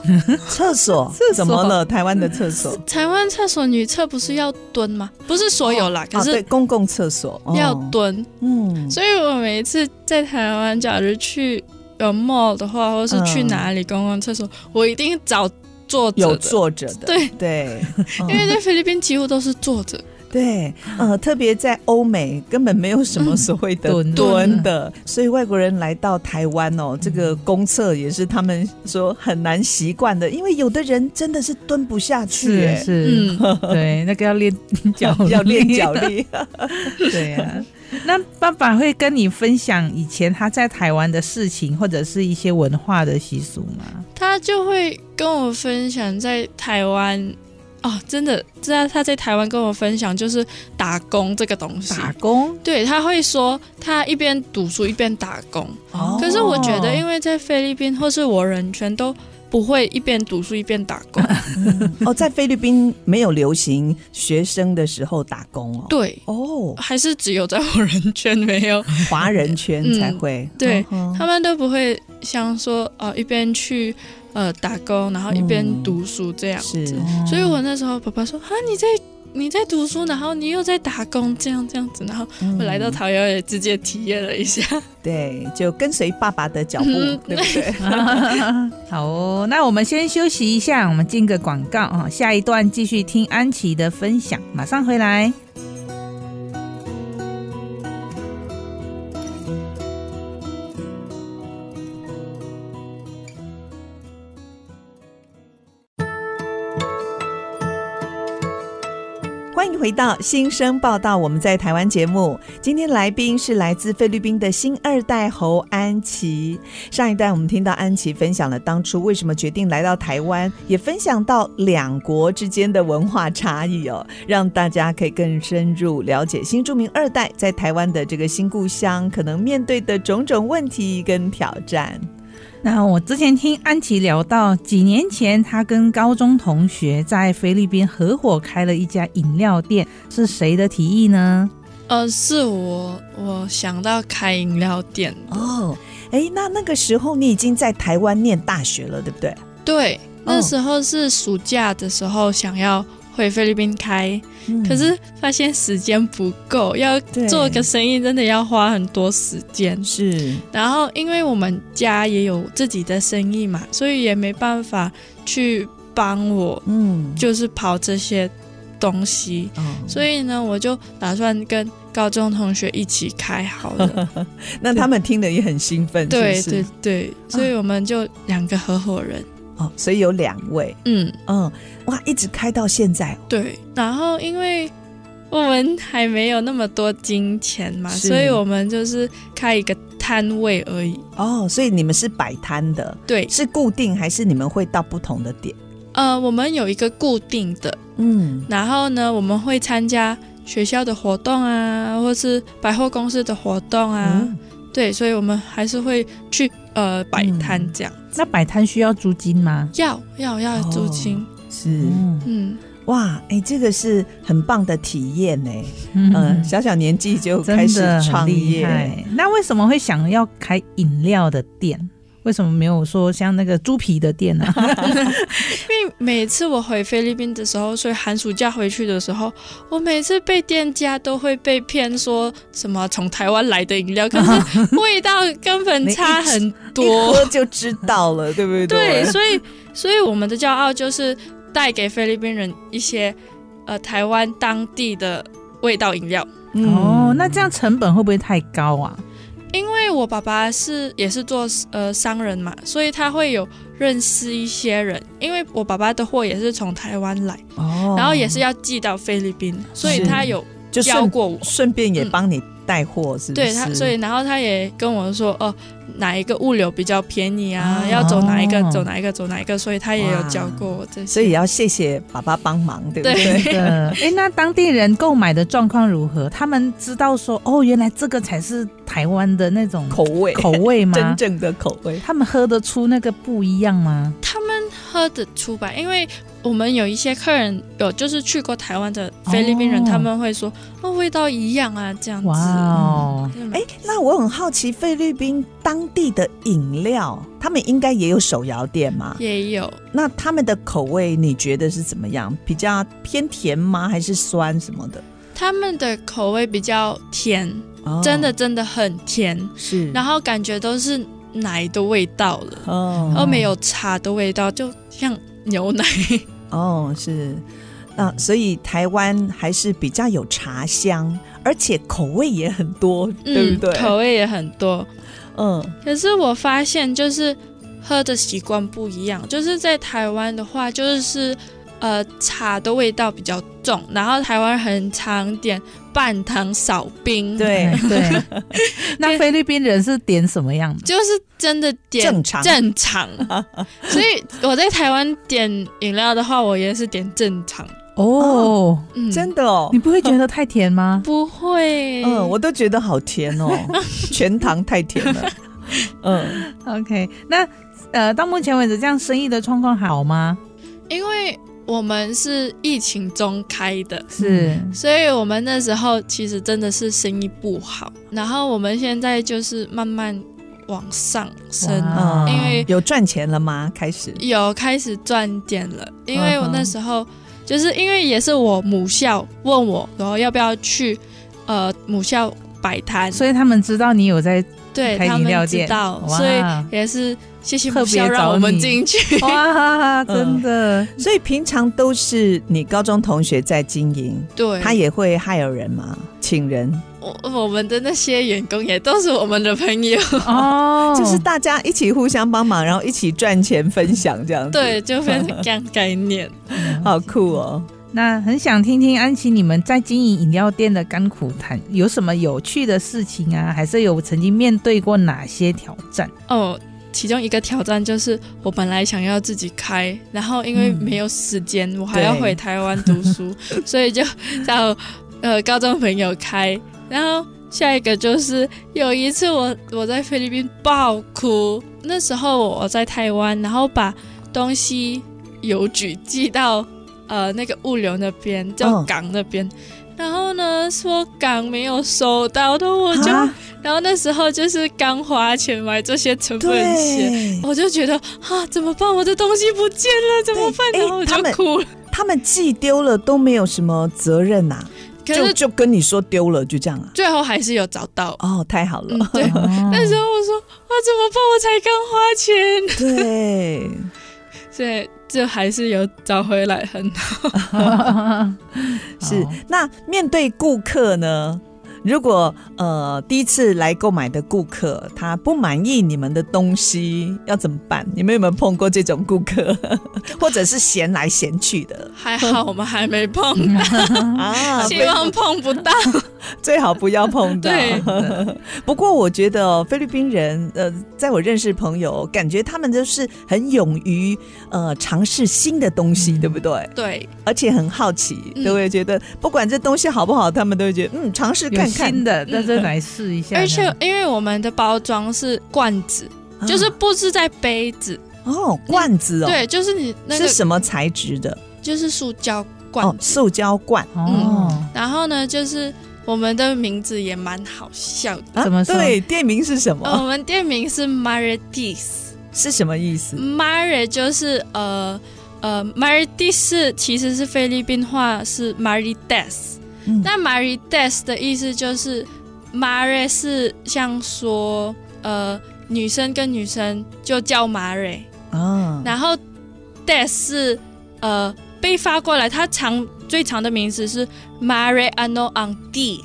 Speaker 3: 厕所
Speaker 4: 厕所
Speaker 3: 怎么了？台湾的厕所
Speaker 6: 台湾厕所女厕不是要蹲吗？不是所有啦，
Speaker 3: 啊，
Speaker 6: 可
Speaker 3: 对，
Speaker 6: 是
Speaker 3: 公共厕所哦
Speaker 6: 要蹲。
Speaker 3: 嗯，
Speaker 6: 所以我每一次在台湾，假如去有 mall 的话，或是去
Speaker 3: 嗯
Speaker 6: 哪里公共厕所，我一定找坐着
Speaker 3: 有
Speaker 6: 的，
Speaker 3: 坐着的，
Speaker 6: 对
Speaker 3: 对，
Speaker 6: 因为
Speaker 3: 嗯
Speaker 6: 在菲律宾几乎都是坐着。
Speaker 3: 对，
Speaker 6: 嗯
Speaker 3: 呃，特别在欧美根本没有什么所谓的
Speaker 4: 嗯蹲
Speaker 3: 蹲的，所以外国人来到台湾哦，这个公厕也是他们说很难习惯的，因为有的人真的是蹲不下去，哎
Speaker 4: 是，
Speaker 6: 嗯，
Speaker 4: 对，那个要练脚，
Speaker 3: 要练脚。 力。
Speaker 4: 对啊，那爸爸会跟你分享以前他在台湾的事情，或者是一些文化的习俗吗？
Speaker 6: 他就会跟我分享在台湾。哦，真的，知道他在台湾跟我分享就是打工这个东西。
Speaker 4: 打 工，
Speaker 6: 对，他会说他一边读书一边打工。
Speaker 3: 哦
Speaker 6: 可是我觉得，因
Speaker 3: 为
Speaker 6: 为在菲律宾或是我人圈都不会一边读书一边打 工。
Speaker 3: 哦，在菲律宾没有流行学生的时候打工哦，
Speaker 6: 对，
Speaker 3: 哦，
Speaker 6: 还是只有在我人圈没有，
Speaker 3: 华人圈
Speaker 6: 嗯
Speaker 3: 才会，
Speaker 6: 对
Speaker 3: 嗯哼
Speaker 6: 他们都不会像说哦、一边去呃打工，然后一边
Speaker 3: 嗯
Speaker 6: 读书这样
Speaker 3: 是
Speaker 6: 子。所以我那时候爸爸说啊，你在你在读书，然后你又在打工，这样这样子，然后我来到
Speaker 3: 嗯
Speaker 6: 桃园也直接体验了一下。
Speaker 3: 对，就跟随爸爸的脚步，
Speaker 6: 嗯
Speaker 3: 对不对？
Speaker 4: 好哦，那我们先休息一下，我们进个广告啊，下一段继续听安琪的分享，马上回来。
Speaker 3: 欢迎回到新生报道，我们在台湾节目。今天来宾是来自菲律宾的新二代侯安琪。上一段我们听到安琪分享了当初为什么决定来到台湾，也分享到两国之间的文化差异哦，让大家可以更深入了解新著名二代在台湾的这个新故乡可能面对的种种问题跟挑战。
Speaker 4: 那我之前听安琪聊到，几年前她跟高中同学在菲律宾合伙开了一家饮料店，是谁的提议呢？
Speaker 6: 呃，是我我想到开饮料店的
Speaker 3: 哦，哎，那那个时候你已经在台湾念大学了，对不对？
Speaker 6: 对，那
Speaker 3: 哦
Speaker 6: 时候是暑假的时候想要回菲律宾开，
Speaker 3: 嗯
Speaker 6: 可是发现时间不够，要
Speaker 3: 对
Speaker 6: 做个生意真的要花很多时间。
Speaker 3: 是
Speaker 6: 然后因为我们家也有自己的生意嘛，所以也没办法去帮我
Speaker 3: 嗯，
Speaker 6: 就是跑这些东西。
Speaker 3: 哦
Speaker 6: 所以呢，我就打算跟高中同学一起开好 了。
Speaker 3: 那他们听了也很兴奋，
Speaker 6: 对
Speaker 3: 是不
Speaker 6: 对
Speaker 3: 是
Speaker 6: 对，所以我们就两个合伙人。
Speaker 3: 哦，所以有两位，
Speaker 6: 嗯，
Speaker 3: 嗯，哇，一直开到现在哦，
Speaker 6: 对。然后因为我们还没有那么多金钱嘛，
Speaker 3: 是
Speaker 6: 所以我们就是开一个摊位而已。
Speaker 3: 哦，所以你们是摆摊的，
Speaker 6: 对，
Speaker 3: 是固定还是你们会到不同的点？
Speaker 6: 呃，我们有一个固定的，
Speaker 3: 嗯，
Speaker 6: 然后呢，我们会参加学校的活动啊，或是百货公司的活动啊，
Speaker 4: 嗯
Speaker 6: 对，所以我们还是会去呃摆摊
Speaker 3: 嗯
Speaker 6: 这样。
Speaker 4: 那摆摊需要租金吗？
Speaker 6: 要要要
Speaker 3: 哦
Speaker 6: 租金，
Speaker 3: 是
Speaker 4: 嗯
Speaker 6: 嗯，
Speaker 3: 哇，哎、这个是很棒的体验呢、
Speaker 4: 嗯
Speaker 3: 嗯，小小年纪就
Speaker 4: 真
Speaker 3: 开始
Speaker 4: 的很
Speaker 3: 创
Speaker 4: 厉
Speaker 3: 业，
Speaker 4: 害。那为什么会想要开饮料的店？为什么没有说像那个猪皮的店呢、
Speaker 6: 因为每次我回菲律宾的时候，所以寒暑假回去的时候，我每次被店家都会被骗说什么从台湾来的饮料，可 是味道根本差很
Speaker 3: 一
Speaker 6: 多。
Speaker 3: 喝就知道了，对不对？
Speaker 6: 对，所以所以我们的骄傲就是带给菲律宾人一些呃台湾当地的味道饮料。
Speaker 3: 嗯
Speaker 4: 哦，那这样成本会不会太高啊？
Speaker 6: 因为我爸爸是也是做呃商人嘛，所以他会有认识一些人。因为我爸爸的货也是从台湾来，
Speaker 3: 哦，
Speaker 6: 然后也是要寄到菲律宾，所以
Speaker 3: 是
Speaker 6: 他有
Speaker 3: 就
Speaker 6: 教
Speaker 3: 顺
Speaker 6: 过我。
Speaker 3: 顺便也帮你带货，是不是？
Speaker 6: 嗯对他，所以然后他也跟我说，哦、哪一个物流比较便宜啊？
Speaker 3: 哦
Speaker 6: 要走哪一个，走哪一个，走哪一个，所以他也有教过我这些。
Speaker 3: 所以也要谢谢爸爸帮忙，对不对？
Speaker 4: 对，哎，那当地人购买的状况如何？他们知道说，哦，原来这个才是台湾的那种
Speaker 3: 口 味，
Speaker 4: 口味吗
Speaker 3: 真？正的口味，
Speaker 4: 他们喝得出那个不一样吗？
Speaker 6: 他们喝得出吧？因为我们有一些客人有就是去过台湾的菲律宾人，
Speaker 4: 哦
Speaker 6: 他们会说，哦，味道一样啊，这样子。
Speaker 4: 哇哦，
Speaker 6: 嗯，
Speaker 3: 哎，那我很好奇，菲律宾当地的饮料，他们应该也有手摇店嘛？
Speaker 6: 也有。
Speaker 3: 那他们的口味你觉得是怎么样？比较偏甜吗？还是酸什么的？
Speaker 6: 他们的口味比较甜，
Speaker 3: 哦嗯
Speaker 6: 真的真的很甜，
Speaker 3: 是，
Speaker 6: 然后感觉都是奶的味道了，
Speaker 3: 哦
Speaker 6: 然后没有茶的味道，就像牛奶。
Speaker 3: 哦是，啊，所以台湾还是比较有茶香，而且口味也很多，嗯对不对？
Speaker 6: 嗯口味也很多。
Speaker 3: 嗯，
Speaker 6: 可是我发现就是喝的习惯不一样，就是在台湾的话，就是呃茶的味道比较重，然后台湾很常点半糖少冰，，
Speaker 3: 对
Speaker 4: 哎，对。 那菲律宾人是点什么样的？
Speaker 6: 就是真的点
Speaker 3: 正常
Speaker 6: 正 常。所以我在台湾点饮料的话，我也是点正常。
Speaker 4: 哦，
Speaker 6: 嗯，
Speaker 3: 真的哦
Speaker 4: 你。不会觉得太甜吗？
Speaker 6: 不会。
Speaker 3: 嗯，我都觉得好甜 哦，全糖太甜了。嗯，
Speaker 4: OK，那呃，到目前为止，这样生意的状况好吗？
Speaker 6: 因为我们是疫情中开的，
Speaker 4: 是，
Speaker 6: 所以我们那时候其实真的是生意不好。然后我们现在就是慢慢往上升，
Speaker 4: 哇
Speaker 6: 因为
Speaker 3: 有赚钱了吗？开始
Speaker 6: 有开始赚点了。因为我
Speaker 4: 嗯哼
Speaker 6: 那时候就是因为也是我母校问我，然后要不要去呃母校摆摊，
Speaker 4: 所以他们知道你有在
Speaker 6: 对
Speaker 4: 开
Speaker 6: 他
Speaker 4: 饮料
Speaker 6: 们知
Speaker 4: 店
Speaker 6: 道，
Speaker 4: 哇
Speaker 6: 所 以也是谢谢
Speaker 4: 特
Speaker 6: 母
Speaker 4: 别
Speaker 6: 校让
Speaker 4: 找
Speaker 6: 我们
Speaker 4: 你
Speaker 6: 进去。
Speaker 4: 哇，真的，
Speaker 3: 所以平常都是你高中同学在经营，
Speaker 6: 对，
Speaker 3: 他也会害有人嘛，请人，
Speaker 6: 我我们的那些员工也都是我们的朋友，
Speaker 4: 哦，
Speaker 3: 就是大家一起互相帮忙，然后一起赚钱分享这样子，
Speaker 6: 对，，就变成这样概念。
Speaker 3: 好酷哦。
Speaker 4: 那很想听听安琪你们在经营饮料店的甘苦谈，有什么有趣的事情啊？还是有曾经面对过哪些挑战？
Speaker 6: 哦，其中一个挑战就是我本来想要自己开，然后因为没有时间，我还要回台湾读书，所以就找呃高中朋友开。然后下一个就是有一次我我在菲律宾爆哭，那时候我在台湾，然后把东西邮局寄到呃那个物流那边，叫
Speaker 3: 嗯
Speaker 6: 港那边。然后呢，说港没有收到的，我就
Speaker 3: 啊
Speaker 6: 然后那时候就是刚花钱买这些成本鞋，
Speaker 3: 对，
Speaker 6: 我就觉得啊，怎么办？我的东西不见了，怎么办？
Speaker 3: 对
Speaker 6: 然后
Speaker 3: 诶
Speaker 6: 我
Speaker 3: 他
Speaker 6: 就
Speaker 3: 们
Speaker 6: 哭了。
Speaker 3: 他们寄丢了都没有什么责任呐、
Speaker 6: 可
Speaker 3: 就是就跟你说丢了就这样啊。
Speaker 6: 最后还是有找到。
Speaker 3: 哦，太好
Speaker 6: 嗯
Speaker 3: 了，，
Speaker 6: 对。 那时
Speaker 4: 候
Speaker 6: 候我说啊，怎么办？我才刚花钱，
Speaker 3: 对，
Speaker 6: 所以这还是有找回来 很好。
Speaker 4: 哦
Speaker 3: 是。那面对顾客呢？如果呃第一次来购买的顾客他不满意你们的东西，要怎么办？你们有没有碰过这种顾客， 或者是嫌来嫌去的
Speaker 6: 还好我们还没碰到，
Speaker 3: 啊？
Speaker 6: 希望碰不到。
Speaker 3: 最好不要碰到
Speaker 6: 对。
Speaker 3: 不过我觉得哦菲律宾人，呃，在我认识朋友，感觉他们就是很勇于呃尝试新的东西，
Speaker 4: 嗯
Speaker 3: 对不对？
Speaker 6: 对
Speaker 3: 而且很好奇，
Speaker 6: 嗯
Speaker 3: 都会觉得不管这东西好不好，他们都会觉得嗯尝试
Speaker 4: 有
Speaker 3: 看嗯看
Speaker 4: 新。的，那就来试一下。
Speaker 6: 而且因为我们的包装是罐子，
Speaker 3: 啊
Speaker 6: 就是不是在杯子，
Speaker 3: 哦，罐子哦，
Speaker 6: 对，就是你那个
Speaker 3: 是什么材质的？
Speaker 6: 就是塑胶
Speaker 3: 哦
Speaker 6: 罐，子。
Speaker 3: 塑胶罐。
Speaker 4: 哦，
Speaker 6: 然后呢，就是我们的名字也蛮好笑的，
Speaker 3: 啊
Speaker 4: 怎么说嗯
Speaker 3: 对，店名是什么？
Speaker 6: 呃我们店名是 Maridis。
Speaker 3: 是什么意思？
Speaker 6: m a r i 就是呃呃 m a r i d i 是其实是菲律宾话是 m a r i d e s
Speaker 3: 嗯
Speaker 6: 那 m a r i d e s 的意思就是 m a r i 是像说呃女生跟女生就叫 m a r i
Speaker 4: 嗯
Speaker 3: 啊，
Speaker 6: 然后 des 是呃被发过来，它长最长的名字是 Mariano on D。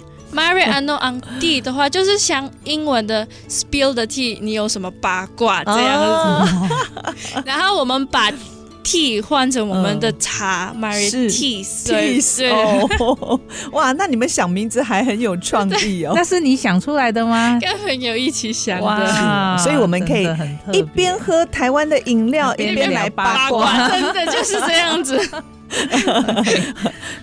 Speaker 6: Mariano on D 的话，就是像英文的 spill the tea，你有什么八卦这样子。
Speaker 3: 啊
Speaker 6: 然后我们把 tea 换成我们的茶、m a r i
Speaker 3: 嗯是
Speaker 6: tea，对
Speaker 3: Tease
Speaker 6: 对。
Speaker 3: 哦， 哇，那你们想名字还很有创意 哦。
Speaker 4: 那是你想出来的吗？
Speaker 6: 跟朋友一起想的，
Speaker 4: 哇，
Speaker 3: 是所以我们可以
Speaker 4: 真的很特别
Speaker 3: 一边喝台湾的饮料，
Speaker 4: 一
Speaker 3: 一
Speaker 4: 边
Speaker 3: 边
Speaker 4: 聊
Speaker 3: 来
Speaker 4: 八
Speaker 3: 八
Speaker 4: 卦
Speaker 3: 卦
Speaker 6: 真的就是这样子。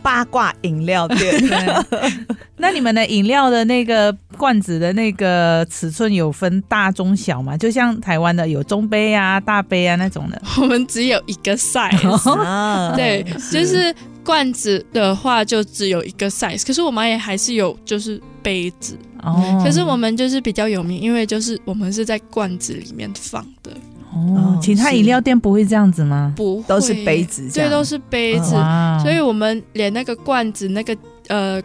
Speaker 3: 八卦饮料店。
Speaker 4: 对。 那你们的饮料的那个罐子的那个尺寸有分大、中、小吗？就像台湾的有中杯啊、大杯啊那种的。
Speaker 6: 我们只有一个 size，
Speaker 4: 哦
Speaker 3: 啊，
Speaker 6: 对， 就是罐子的话就只有一个 size，可是我们也还是有就是杯子，
Speaker 4: 哦，
Speaker 3: 嗯
Speaker 6: 可是我们就是比较有名，因为就是我们是在罐子里面放的，
Speaker 4: 哦
Speaker 3: 哦，
Speaker 4: 其他
Speaker 3: 是
Speaker 4: 饮料店不会这样子吗？
Speaker 6: 不会
Speaker 3: 都是杯，子这
Speaker 6: 对，
Speaker 3: 样，嗯
Speaker 6: 都是杯子，
Speaker 4: 哇
Speaker 6: 所以我们连那个罐子那个呃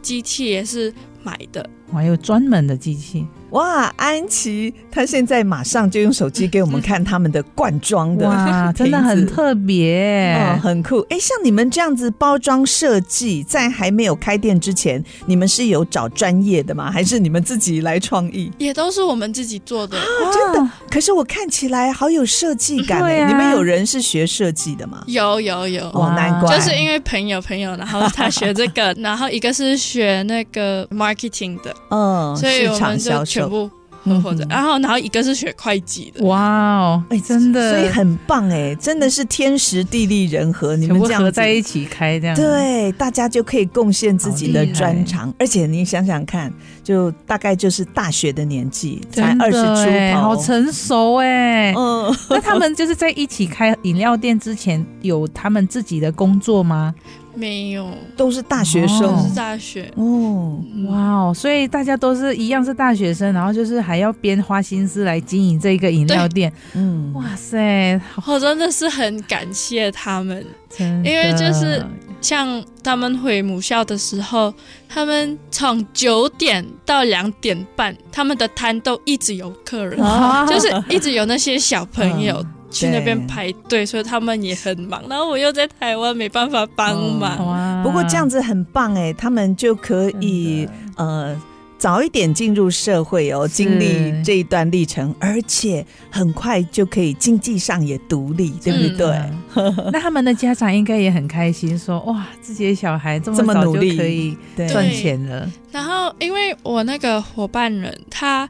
Speaker 6: 机器也是买的，
Speaker 4: 我还有专门的机器，
Speaker 3: 哇，安琪，她现在马上就用手机给我们看他们的罐装的瓶子，
Speaker 4: 嗯 哇，真的很特别。
Speaker 3: 哦，很酷。哎，像你们这样子包装设计，在还没有开店之前，你们是有找专业的吗？还是你们自己来创意？
Speaker 6: 也都是我们自己做
Speaker 3: 啊
Speaker 6: 的，
Speaker 3: 真的，可是我看起来好有设计感、
Speaker 4: 对
Speaker 3: 诶
Speaker 4: 啊
Speaker 3: 你们有人是学设计的吗？
Speaker 6: 有有有。
Speaker 3: 哦，难怪，
Speaker 6: 就是因为朋友朋友，然后他学这 个，然后一个是学那个 marketing 的，
Speaker 3: 嗯，
Speaker 6: 所以
Speaker 3: 市
Speaker 6: 我
Speaker 3: 场
Speaker 6: 们
Speaker 3: 销
Speaker 6: 就
Speaker 3: 售。
Speaker 6: 全部合伙的
Speaker 3: 嗯。哼
Speaker 6: 然后，然后一个是学会计的，
Speaker 4: 哇哦，
Speaker 3: 哎
Speaker 4: 真的，
Speaker 3: 所以很棒哎、真的是天时地利人和，你
Speaker 4: 全
Speaker 3: 们
Speaker 4: 部
Speaker 3: 这样
Speaker 4: 合
Speaker 3: 子
Speaker 4: 在一起啊开这样。，
Speaker 3: 对，大家就可以贡献自己的专长，而且你想想看，就大概就是大学的年纪，才
Speaker 4: 真的
Speaker 3: 二十
Speaker 4: 哎
Speaker 3: 出头，
Speaker 4: 好成熟哎。
Speaker 3: 嗯，
Speaker 4: 那他们就是在一起开饮料店之前，有他们自己的工作吗？
Speaker 6: 没有，
Speaker 3: 都是大学
Speaker 6: 都
Speaker 4: 哦
Speaker 3: 生
Speaker 6: 是大学。
Speaker 3: 哦。
Speaker 4: 哇哦，所以大家都是一样是大学生，然后就是还要边花心思来经营这个饮料店。
Speaker 3: 嗯，
Speaker 4: 哇塞，好，
Speaker 3: 哦
Speaker 6: 我真的是很感谢他们，
Speaker 4: 真的
Speaker 6: 因为就是像他们回母校的时候，他们从九点到两点半，他们的摊都一直有客 人，
Speaker 4: 哇
Speaker 6: 就是一直有那些小朋友
Speaker 3: 啊嗯
Speaker 6: 去那边
Speaker 3: 对
Speaker 6: 排队，所以他们也很忙。然后我又在台湾没办法帮
Speaker 3: 嗯
Speaker 6: 忙，
Speaker 4: 啊哇，
Speaker 3: 不过这样子很棒哎，他们就可以
Speaker 4: 真的
Speaker 3: 呃早一点进入社会哦，
Speaker 4: 是
Speaker 3: 经历这一段历程，而且很快就可以经济上也独立，对不
Speaker 6: 嗯
Speaker 3: 对？
Speaker 4: 那他们的家长应该也很开心说，哇，自己的小孩这么
Speaker 3: 这么
Speaker 4: 早
Speaker 3: 努
Speaker 4: 就
Speaker 3: 力
Speaker 4: 可以
Speaker 3: 对，
Speaker 4: 赚钱了，
Speaker 6: 然后，因为我那个伙伴人，他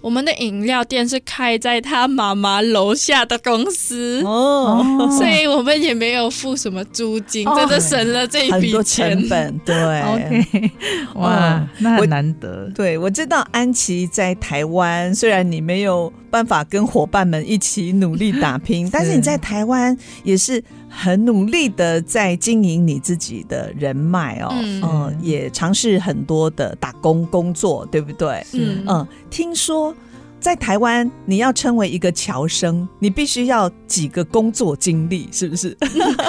Speaker 6: 我们的饮料店是开在他妈妈楼下的公司，
Speaker 3: 哦，
Speaker 6: 所 以我们也没有付什么租金，
Speaker 4: 哦
Speaker 6: 真的省了这一
Speaker 3: 很
Speaker 6: 笔
Speaker 3: 多
Speaker 6: 钱
Speaker 3: 成。本， 对
Speaker 4: OK，哇
Speaker 3: 哦，
Speaker 4: 那
Speaker 3: 我
Speaker 4: 很难得。
Speaker 3: 对，我知道安琪在台湾，虽然你没有办法跟伙伴们一起努力打 拼，但是你在台湾也是很努力的在经营你自己的人脉哦，
Speaker 6: 嗯
Speaker 3: 呃也尝试很多的打工工作，对不对？
Speaker 6: 嗯
Speaker 3: 嗯，听说在台湾你要成为一个侨生，你必须要几个工作经历，是不 是？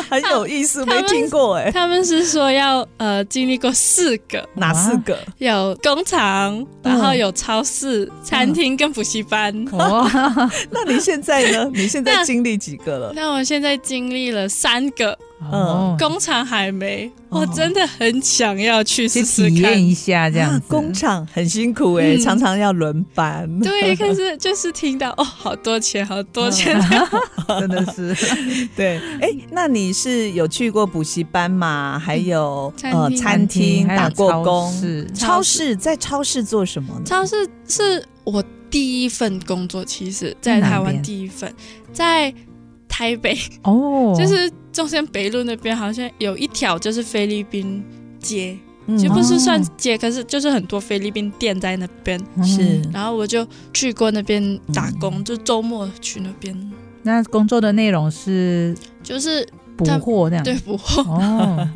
Speaker 3: 很有意思，
Speaker 6: 他
Speaker 3: 没
Speaker 6: 们
Speaker 3: 听过哎、
Speaker 6: 他们是说要呃经历过四个，
Speaker 3: 哪四个？
Speaker 6: 有工厂，然后有超市、餐厅跟补习班。
Speaker 4: 嗯
Speaker 3: 嗯
Speaker 4: 哇，
Speaker 3: 那你现在呢？你现在
Speaker 6: 那
Speaker 3: 经历几个了？
Speaker 6: 那我现在经历了三个，
Speaker 3: 嗯
Speaker 4: 哦
Speaker 6: 工厂还没，我真的很想要去
Speaker 4: 去
Speaker 6: 试试
Speaker 4: 体验
Speaker 6: 看。
Speaker 4: 一下这样
Speaker 3: 啊
Speaker 4: 子。
Speaker 3: 工厂很辛苦哎、
Speaker 6: 嗯
Speaker 3: 常常要轮 班。
Speaker 6: 对，可是就是听到哦，好多钱，好多钱，
Speaker 3: 嗯
Speaker 4: 真的是
Speaker 3: 对，哎，那你是有去过补习班吗？还有
Speaker 6: 嗯餐
Speaker 3: 呃
Speaker 6: 厅
Speaker 3: 餐厅
Speaker 4: 还有
Speaker 3: 打过工
Speaker 4: 超，市
Speaker 3: 超市在超市做什么呢？
Speaker 6: 超市是我第一份工作，其实在台
Speaker 4: 哪
Speaker 6: 湾
Speaker 4: 边
Speaker 6: 第一份，
Speaker 3: 嗯
Speaker 6: 在台北，
Speaker 4: 哦，
Speaker 6: 就是中山北路那边，好像有一条就是菲律宾街，
Speaker 3: 嗯
Speaker 6: 其实不是算
Speaker 3: 哦
Speaker 6: 街，可是就是很多菲律宾店在那边。
Speaker 4: 嗯
Speaker 3: 是
Speaker 6: 然后我就去过那边打工，
Speaker 3: 嗯
Speaker 6: 就周末去那边，
Speaker 4: 那工作的内容是
Speaker 6: 就是
Speaker 4: 补货这样。
Speaker 6: 对补
Speaker 3: 嗯
Speaker 6: 货，
Speaker 4: 哦，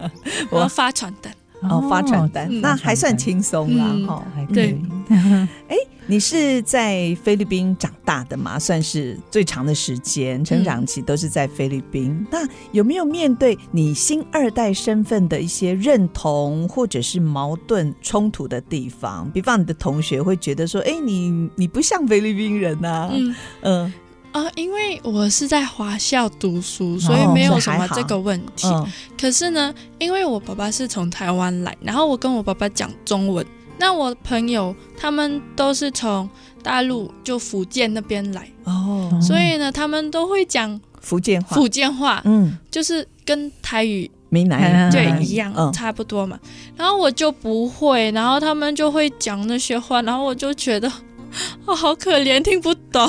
Speaker 6: 然后发传单。
Speaker 3: 哦发传单，
Speaker 6: 嗯
Speaker 3: 那还算轻松啦哦
Speaker 6: 嗯
Speaker 3: 哈。
Speaker 4: 还可以
Speaker 6: 对
Speaker 3: 你是在菲律宾长大的嘛？算是最长的时间，成长期都是在菲律宾。那有没有面对你新二代身份的一些认同或者是矛盾冲突的地方？比方你的同学会觉得说：“哎，你你不像菲律宾人呐、
Speaker 6: 嗯
Speaker 3: 嗯
Speaker 6: 啊、因为我是在华校读书，所
Speaker 3: 哦
Speaker 6: 以没有什
Speaker 3: 所以还
Speaker 6: 么
Speaker 3: 好
Speaker 6: 这个问题。
Speaker 3: 嗯
Speaker 6: 可是呢，因为我爸爸是从台湾来，然后我跟我爸爸讲中文，那我朋友他们都是从大陆就福建那边来，
Speaker 3: 哦，
Speaker 6: 所以呢，他们都会讲
Speaker 3: 福建话，
Speaker 6: 福建话，
Speaker 3: 嗯，
Speaker 6: 就是跟台语
Speaker 3: 闽南
Speaker 4: 嗯
Speaker 3: 语
Speaker 6: 对
Speaker 3: 闽南语
Speaker 6: 一样、
Speaker 3: 嗯
Speaker 6: 差不多嘛。然后我就不会，然后他们就会讲那些话，然后我就觉得。 哦，好可怜，听不 懂。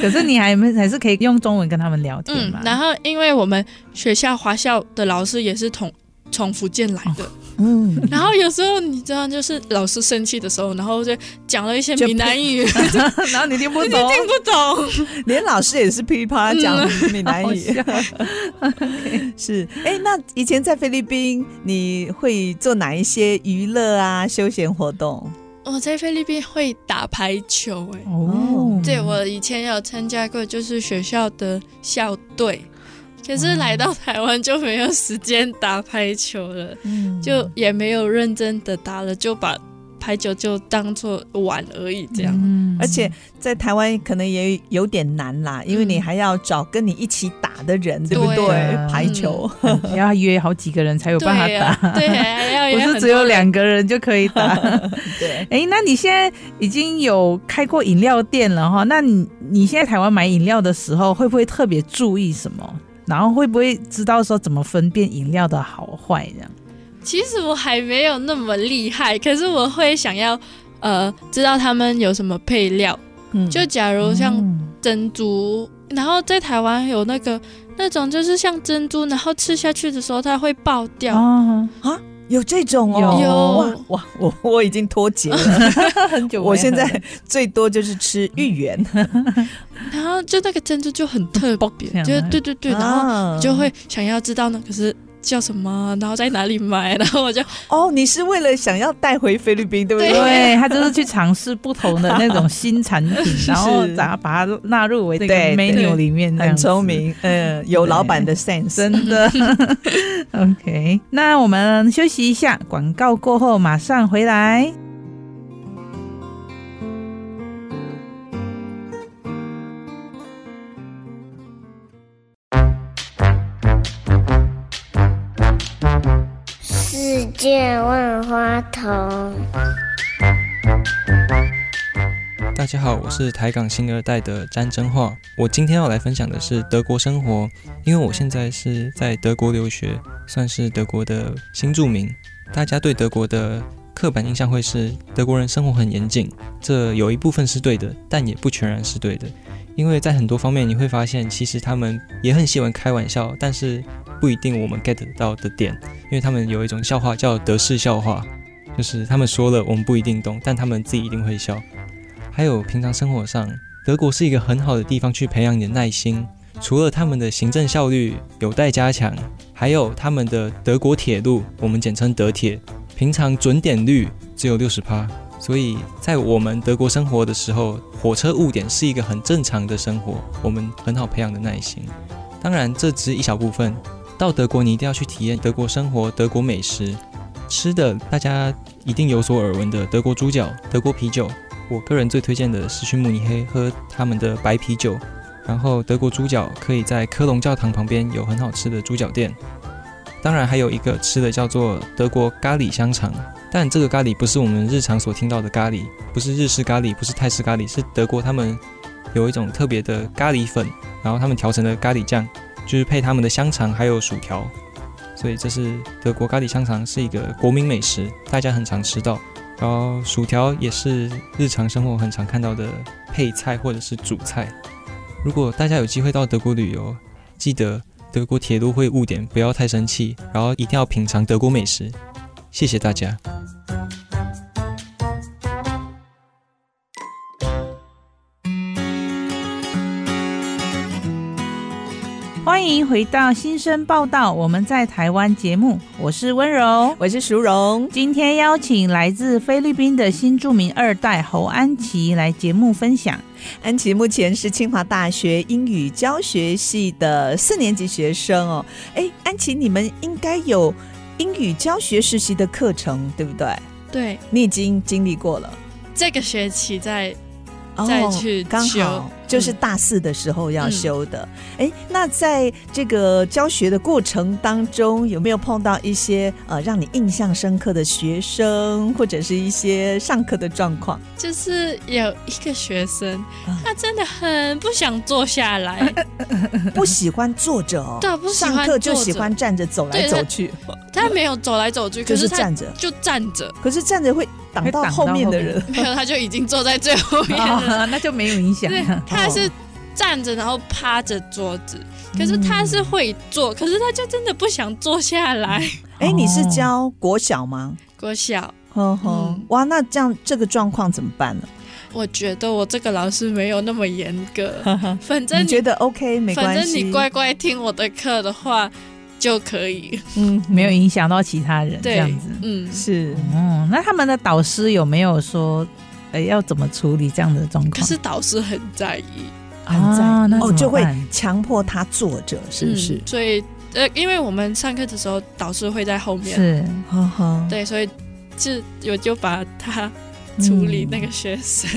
Speaker 4: 可是你还没还是可以用中文跟他们聊天
Speaker 6: 嗯
Speaker 4: 嘛？，
Speaker 6: 然后因为我们学校华校的老师也是从从福建来的，
Speaker 3: 嗯，
Speaker 6: 然后有时候你知道，就是老师生气的时候，然后就讲了一些闽南语，听
Speaker 4: 然后你听不懂，
Speaker 6: 不
Speaker 4: 哦
Speaker 6: 懂。
Speaker 3: 连老师也是噼里啪啦讲闽南
Speaker 4: 好
Speaker 3: 语。
Speaker 4: 笑
Speaker 3: 是，哎，那以前在菲律宾，你会做哪一些娱乐啊、休闲活动？
Speaker 6: 我在菲律宾会打排球、欸，
Speaker 4: 哦，
Speaker 6: 对我以前有参加过，就是学校的校队，可是来到台湾就没有时间打排球了，
Speaker 3: 嗯，
Speaker 6: 就也没有认真的打了，就把排球就当做玩而已这样。
Speaker 4: 嗯
Speaker 3: 而且在台湾可能也有点难啦，因为你
Speaker 6: 嗯
Speaker 3: 还要找跟你一起打的人，对不
Speaker 6: 对
Speaker 3: 对
Speaker 4: 啊？
Speaker 3: 排球，
Speaker 4: 哎要约好几个人才有
Speaker 6: 对
Speaker 4: 办法
Speaker 6: 呀、
Speaker 4: 打，
Speaker 6: 对呀、要
Speaker 4: 不
Speaker 6: 也
Speaker 4: 是
Speaker 6: 很
Speaker 4: 只
Speaker 6: 多
Speaker 4: 有
Speaker 6: 人
Speaker 4: 两个人就可以打。
Speaker 3: 对，
Speaker 4: 哎，那你现在已经有开过饮料店了哈？那你你现在台湾买饮料的时候，会不会特别注意什么？然后会不会知道说怎么分辨饮料的好坏这样？
Speaker 6: 其实我还没有那么厉害，可是我会想要呃知道他们有什么配料。
Speaker 3: 嗯
Speaker 6: 就假如像
Speaker 4: 嗯
Speaker 6: 珍珠，然后在台湾有那个那种就是像珍珠，然后吃下去的时候它会爆掉。
Speaker 4: 哦，
Speaker 3: 有这种
Speaker 4: 有
Speaker 3: 哦，
Speaker 6: 有
Speaker 3: 哇哇，我我已经脱节了，
Speaker 4: 很久没
Speaker 3: 我现
Speaker 4: 喝了
Speaker 3: 在最多就是吃芋圆，
Speaker 6: 然后就那个珍珠就很特
Speaker 4: 这
Speaker 6: 别，
Speaker 4: 样
Speaker 6: 就是
Speaker 4: 啊
Speaker 6: 对对对，然后
Speaker 3: 后
Speaker 6: 就会想要知道那个是叫什么，然后在哪里买， 然后我就
Speaker 3: 哦，你是为了想要带回菲律宾，对不对？
Speaker 4: 对他就是去尝试不同的那种新产品，然后把把它纳入为这个
Speaker 3: 对
Speaker 4: menu 里面，这样
Speaker 3: 很
Speaker 4: 子
Speaker 3: 聪，明，嗯，有老板的 sense，
Speaker 4: 真的。OK，那我们休息一下，广告过后马上回来。
Speaker 7: 世界万花筒。
Speaker 8: 大家好，我是台港新二代的詹真话。我今天要来分享的是德国生活，因为我现在是在德国留学，算是德国的新住民。大家对德国的刻板印象会是德国人生活很严谨，这有一部分是对的，但也不全然是对的。因为在很多方面你会发现，其实他们也很喜欢开玩笑，但是不一定我们 get 得到的点，因为他们有一种笑话叫德式笑话，就是他们说了我们不一定懂，但他们自己一定会笑。还有平常生活上，德国是一个很好的地方去培养你的耐心。除了他们的行政效率有待加强，还有他们的德国铁路，我们简称德铁，平常准点率只有六十趴，所以在我们德国生活的时候，火车误点是一个很正常的生活，我们很好培养的耐心。当然，这只是一小部分。到德国，你一定要去体验德国生活、德国美食，吃的大家一定有所耳闻的德国猪脚、德国啤酒，我个人最推荐的是去慕尼黑喝他们的白啤酒，然后德国猪脚可以在科隆教堂旁边有很好吃的猪脚店。当然还有一个吃的叫做德国咖喱香肠，但这个咖喱不是我们日常所听到的咖喱，不是日式咖喱，不是泰式咖喱，是德国他们有一种特别的咖喱粉，然后他们调成的咖喱酱，就是配他们的香肠还有薯条。所以这是德国咖喱香肠是一个国民美食，大家很常吃到。然后薯条也是日常生活很常看到的配菜或者是主菜。如果大家有机会到德国旅游，记得德国铁路会误点，不要太生气，然后一定要品尝德国美食。谢谢大家。
Speaker 4: 欢迎回到新生报道，我们在台湾节目，我是温柔。
Speaker 3: 我是淑荣，
Speaker 4: 今天邀请来自菲律宾的新著名二代侯安琪来节目分享。
Speaker 3: 安琪目前是清华大学英语教学系的四年级学生哦。哎，安琪，你们应该有英语教学实习的课程，对不对？
Speaker 6: 对，
Speaker 3: 你已经经历过了，
Speaker 6: 这个学期在
Speaker 3: 哦
Speaker 6: 再去
Speaker 3: 刚
Speaker 6: 修
Speaker 3: 好就是大四的时候要修的。
Speaker 6: 嗯
Speaker 3: 哎、那在这个教学的过程当中，有没有碰到一些呃让你印象深刻的学生，或者是一些上课的状 况？
Speaker 6: 就是有一个学生
Speaker 4: 嗯
Speaker 3: 啊，
Speaker 6: 他真的很不想坐下来，
Speaker 3: 不喜欢坐着哦，
Speaker 6: 对不喜欢
Speaker 3: 上课就
Speaker 6: 坐
Speaker 3: 喜
Speaker 6: 着
Speaker 3: 欢站着走来
Speaker 6: 对
Speaker 3: 走去，
Speaker 6: 他没有走来走去，
Speaker 3: 就
Speaker 6: 可
Speaker 3: 是
Speaker 6: 是他
Speaker 3: 站着。
Speaker 6: 就站着，
Speaker 3: 可是站着会挡到后面的人，
Speaker 6: 没有他就已经坐在最后面了。
Speaker 4: 啊那就没有影响
Speaker 6: 对，他还是站着，然后趴着桌子。可是他是会
Speaker 3: 嗯
Speaker 6: 坐，可是他就真的不想坐下来。
Speaker 3: 哎、你是教国小吗？
Speaker 6: 国小，
Speaker 3: 呵呵
Speaker 6: 嗯，
Speaker 3: 哇，那这样这个状况怎么办呢？
Speaker 6: 我觉得我这个老师没有那么严 格，反正
Speaker 3: 你觉
Speaker 6: 你
Speaker 3: 得 OK 没
Speaker 6: 反
Speaker 3: 关
Speaker 6: 正
Speaker 3: 系？
Speaker 6: 你乖乖听我的课的话就可以。
Speaker 3: 嗯，
Speaker 4: 没有影响到其他人这
Speaker 6: 对
Speaker 4: 样子。，
Speaker 6: 嗯，
Speaker 3: 是
Speaker 4: 哦，那他们的导师有没有说，呃，要怎么处理这样的状况？
Speaker 6: 可是导师很在意，
Speaker 3: 很在意、
Speaker 4: 啊那怎
Speaker 3: 哦，
Speaker 4: 么
Speaker 3: 就会
Speaker 4: 办
Speaker 3: 强迫他坐着，是不是
Speaker 6: 嗯？所以呃，因为我们上课的时候导师会在后面，
Speaker 4: 是
Speaker 3: 呵呵，
Speaker 6: 对，所以就我就把他处理那个学生，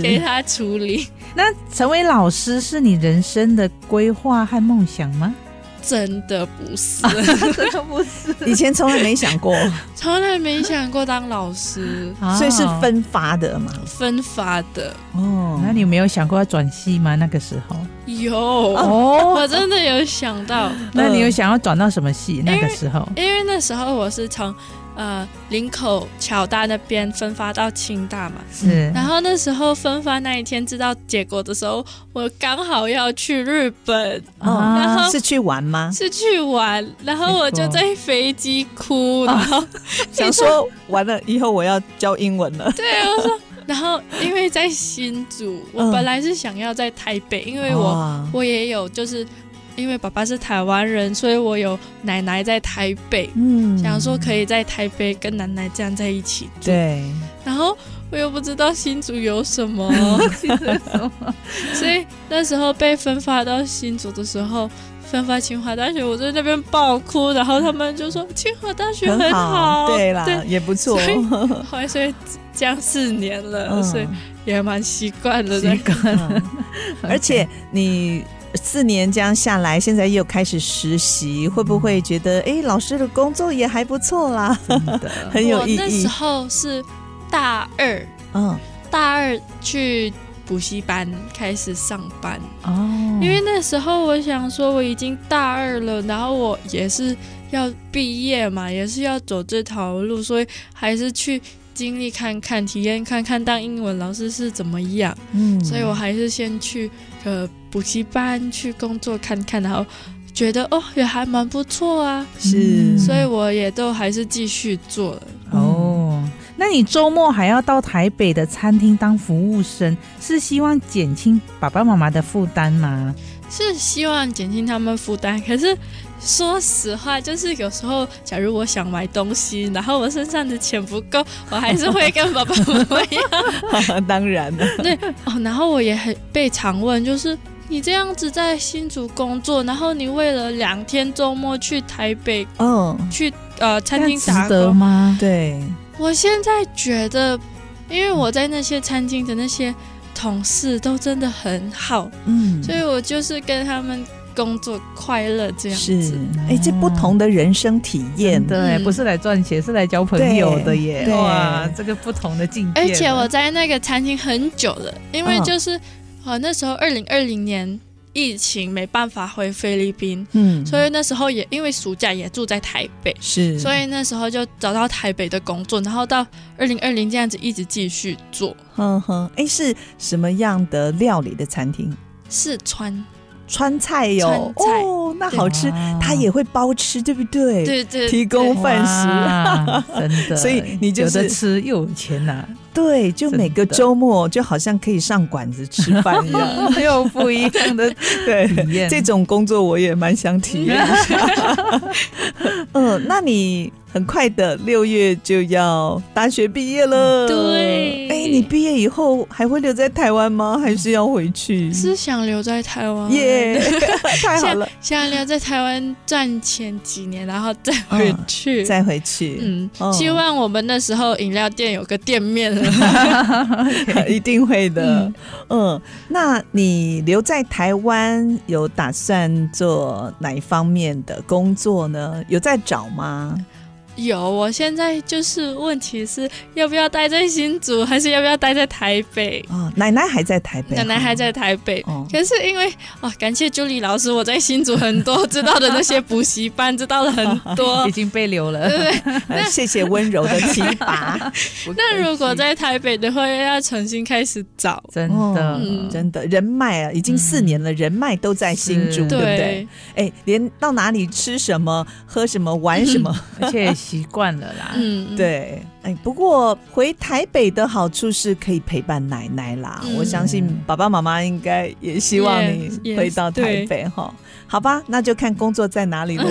Speaker 6: 给
Speaker 3: 是。
Speaker 6: 他处理，
Speaker 4: 那成为老师是你人生的规划和梦想吗？
Speaker 6: 真的不是，
Speaker 4: 真的不是，
Speaker 3: 以前从来没想过，
Speaker 6: 从来没想过当老师，
Speaker 4: 啊
Speaker 3: 所以是。分发的嘛。
Speaker 6: 分发的
Speaker 3: 哦，
Speaker 4: 那你没有想过要转系吗？那个时候
Speaker 6: 有。
Speaker 4: 哦
Speaker 6: 我，真的有想到，
Speaker 4: 那你有想要转到什么系？那个时候
Speaker 6: 因为那时候我是从呃林口侨大那边分发到清大嘛，
Speaker 4: 是
Speaker 3: 嗯
Speaker 6: 然后那时候分发那一天知道结果的时候，我刚好要去日本，然
Speaker 4: 啊
Speaker 6: 后
Speaker 3: 哦是去玩吗？
Speaker 6: 是去玩，然后我就在飞机哭，然后
Speaker 3: 想说完了以后我要教英文了。
Speaker 6: 对我说，然后因为在新竹，我
Speaker 3: 嗯
Speaker 6: 本来是想要在台北，因为我
Speaker 3: 哇
Speaker 6: 我也有就是因为爸爸是台湾人，所以我有奶奶在台北，
Speaker 3: 嗯
Speaker 6: 想说可以在台北跟奶奶这样在一起住，
Speaker 3: 对，
Speaker 6: 然后我又不知道新竹有什 么，所以那时候被分发到新竹的时候，分发清华大学，我在那边爆哭，然后他们就说清华大学
Speaker 3: 很
Speaker 6: 好，
Speaker 3: 对啦，也不错哦
Speaker 6: 所。以后来所以这样四年了，
Speaker 3: 嗯
Speaker 6: 所以也蛮习惯 了的。
Speaker 3: 嗯而且你四年这样下来，现在又开始实习，会不
Speaker 4: 嗯
Speaker 3: 会觉得哎、诶老师的工作也还不错啦，
Speaker 4: 真 的
Speaker 3: 很有
Speaker 6: 我
Speaker 3: 意
Speaker 6: 那时
Speaker 3: 义？
Speaker 6: 候是大二，
Speaker 3: 嗯，
Speaker 6: 大二去补习班开始上班，
Speaker 3: 嗯
Speaker 4: 哦，
Speaker 6: 因为那时候我想说我已经大二了，然后我也是要毕业嘛，也是要走这条路，所以还是去经历看看、体验看看当英文老师是怎么样。
Speaker 3: 嗯
Speaker 6: 所以我还是先去呃补习班去工作看看，然后觉得哦也还蛮不错啊，
Speaker 3: 是
Speaker 4: 嗯
Speaker 6: 所以我也都还是继续做了。
Speaker 4: 哦，那你周末还要到台北的餐厅当服务生，是希望减轻爸爸妈妈的负担吗？
Speaker 6: 是希望减轻他们负担，可是说实话，就是有时候，假如我想买东西，然后我身上的钱不够，我还是会跟爸爸妈 妈要。
Speaker 3: 当然了，
Speaker 6: 哦，然后我也很被常问，就是你这样子在新竹工作，然后你为了两天周末去台北
Speaker 3: 嗯，
Speaker 6: 去呃餐厅
Speaker 4: 这样
Speaker 6: 打
Speaker 4: 值得
Speaker 6: 工，
Speaker 4: 吗？
Speaker 3: 对，
Speaker 6: 我现在觉得，因为我在那些餐厅的那些同事都真的很好，
Speaker 3: 嗯
Speaker 6: 所以我就是跟他们工作快乐这样
Speaker 3: 是
Speaker 6: 子。，
Speaker 4: 哦
Speaker 3: 哎，这不同的人生体验，
Speaker 4: 对，不是来赚钱，是来交朋友的耶！
Speaker 3: 嗯对
Speaker 4: 哇，这个不同的境界了。
Speaker 6: 而且我在那个餐厅很久了，因
Speaker 3: 嗯
Speaker 6: 为就是呃、那时候二零二零年疫情没办法回菲律宾，
Speaker 3: 嗯，
Speaker 6: 所以那时候也因为暑假也住在台北，
Speaker 3: 是，
Speaker 6: 所以那时候就找到台北的工作，然后到二零二零这样子一直继续做，
Speaker 3: 哼哼，哎，是什么样的料理的餐厅？
Speaker 6: 四川，
Speaker 3: 川菜哟，
Speaker 6: 川菜
Speaker 3: 哦，那好吃，
Speaker 4: 哇
Speaker 3: 它也会包吃，对不对？，
Speaker 6: 对对
Speaker 3: 哎提供饭食，
Speaker 4: 哇，真的。
Speaker 3: 所以你就
Speaker 4: 有的
Speaker 3: 是
Speaker 4: 吃又有钱拿，
Speaker 3: 对，就每个
Speaker 4: 真的
Speaker 3: 周末就好像可以上馆子吃饭一 样。
Speaker 4: 又不一样的体
Speaker 3: 对，
Speaker 4: 验
Speaker 3: 这种工作我也蛮想体验一下。 嗯，那你很快的六月就要大学毕业了。
Speaker 6: 嗯对
Speaker 3: 哎，你毕业以后还会留在台湾吗？还是要回去？
Speaker 6: 是啊想留在台湾，
Speaker 3: 耶，太好了，
Speaker 6: 想留在台湾赚钱几年，然后再回去。
Speaker 3: 再回去，
Speaker 6: 嗯
Speaker 3: 哦，
Speaker 6: 希望我们那时候饮料店有个店面了。
Speaker 3: 一定会的。嗯，那你留在台湾有打算做哪一方面的工作呢？有在找吗？
Speaker 6: 有，我现在就是问题是要不要待在新竹，还是要不要待在台北？
Speaker 3: 哦，奶奶还在台北，
Speaker 6: 奶奶
Speaker 3: 哦
Speaker 6: 还在台北，
Speaker 3: 哦
Speaker 6: 可是因为哦，感谢朱莉老师，我在新竹很多知道的那些补习班知道了很多
Speaker 4: 已。经被留了
Speaker 6: 对。不对？
Speaker 3: 呃谢谢温柔的提拔，
Speaker 6: 那如果在台北的话，要重新开始找。
Speaker 4: 真的，
Speaker 6: 嗯
Speaker 3: 真的人脉啊，已经四年了，人脉都在新竹，
Speaker 4: 是
Speaker 3: 对不对？哎，连到哪里吃什么、喝什 么、玩什么，
Speaker 4: 而且也习惯了啦。
Speaker 6: 嗯，
Speaker 3: 对。哎，不过回台北的好处是可以陪伴奶奶啦。
Speaker 6: 嗯
Speaker 3: 我相信爸爸妈妈应该也希望你
Speaker 6: Yes, yes，
Speaker 3: 回到台北哈。好吧，那就看工作在哪 里喽。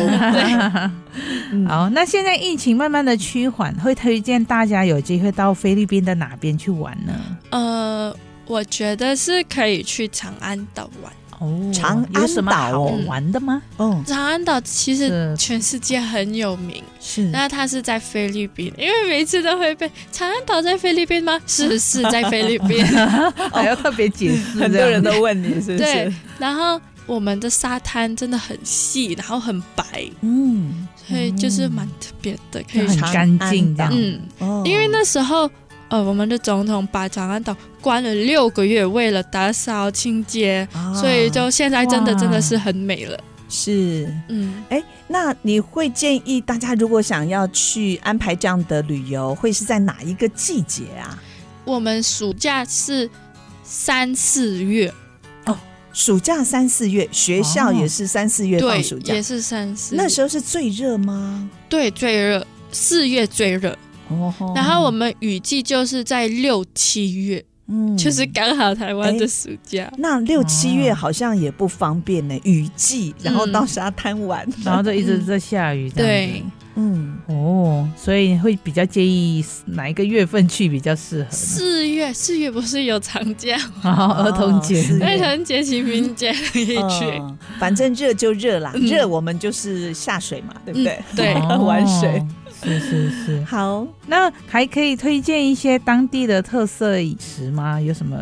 Speaker 3: 嗯
Speaker 4: 好，那现在疫情慢慢的趋缓，会推荐大家有机会到菲律宾的哪边去玩呢？
Speaker 6: 呃，我觉得是可以去长安岛玩。
Speaker 4: 哦，
Speaker 3: 长安岛哦
Speaker 4: 有什么好玩的吗？
Speaker 3: 哦，
Speaker 6: 长安岛其实
Speaker 4: 是
Speaker 6: 全世界很有名，
Speaker 3: 是
Speaker 6: 那它是在菲律宾，因为每次都会被长安岛在菲律 宾吗？是是在菲律宾，
Speaker 4: 还要特别解释，
Speaker 3: 哦很多人都问你是不
Speaker 6: 对
Speaker 3: 是？。
Speaker 6: 然后我们的沙滩真的很细，然后很白，
Speaker 3: 嗯，
Speaker 6: 所以就是蛮特别的，可
Speaker 4: 就
Speaker 6: 以
Speaker 4: 很
Speaker 6: 去。
Speaker 4: 干净这样。
Speaker 6: 嗯，
Speaker 3: 哦
Speaker 6: 因为那时候呃，我们的总统把长安岛关了六个月，为了打扫清洁，
Speaker 3: 啊
Speaker 6: 所以就现在真的
Speaker 4: 哇
Speaker 6: 真的是很美了。
Speaker 3: 是
Speaker 6: 嗯，
Speaker 3: 哎，那你会建议大家如果想要去安排这样的旅游，会是在哪一个季节啊？
Speaker 6: 我们暑假是三四月，
Speaker 3: 暑假三四月，学校
Speaker 4: 哦
Speaker 3: 也是三四月放
Speaker 6: 对
Speaker 3: 暑，假
Speaker 6: 也，是三四月。
Speaker 3: 那时候是最热吗？
Speaker 6: 对最热，四月最热。
Speaker 3: 哦，
Speaker 6: 然后我们雨季就是在六七月，
Speaker 3: 嗯
Speaker 6: 就是刚好台湾
Speaker 3: 哎
Speaker 6: 的暑假。
Speaker 3: 那六七月好像也不方便呢，雨季，然后
Speaker 6: 哦嗯
Speaker 3: 到沙滩玩，
Speaker 4: 然后就一直在下雨这样子
Speaker 6: 对。，
Speaker 3: 嗯，
Speaker 4: 哦，所以会比较建议哪一个月份去比较适合呢？
Speaker 6: 四月四月不是有长假吗？
Speaker 4: 好，儿童节
Speaker 3: 哦是
Speaker 6: 儿童节、清明节可以去。
Speaker 3: 嗯反正热就热啦，
Speaker 6: 嗯
Speaker 3: 热我们就是下水嘛，对不对？
Speaker 6: 对哦
Speaker 4: 哦
Speaker 3: 玩水
Speaker 4: 是是是。
Speaker 3: 好，
Speaker 4: 那还可以推荐一些当地的特色饮食吗？有什么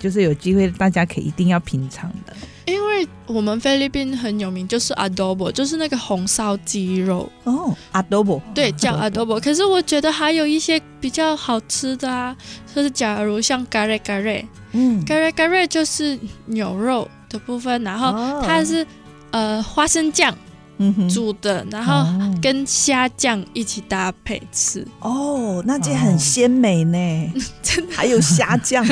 Speaker 4: 就是有机会大家可以一定要品尝的？
Speaker 6: 因为我们菲律宾很有名，就是 adobo，就是那个红烧鸡肉，
Speaker 3: 哦，adobo，
Speaker 6: 对，叫 adobo。可是我觉得还有一些比较好吃的啊，就是假如像 gare gare
Speaker 3: 嗯，
Speaker 6: gare gare 就是牛肉的部分，然后
Speaker 3: 哦
Speaker 6: 它是呃花生酱
Speaker 3: 嗯哼
Speaker 6: 煮的，然后
Speaker 4: 哦
Speaker 6: 跟虾酱一起搭配吃，
Speaker 3: 哦，那这很鲜美呢，
Speaker 6: 真的，
Speaker 3: 还有虾 酱。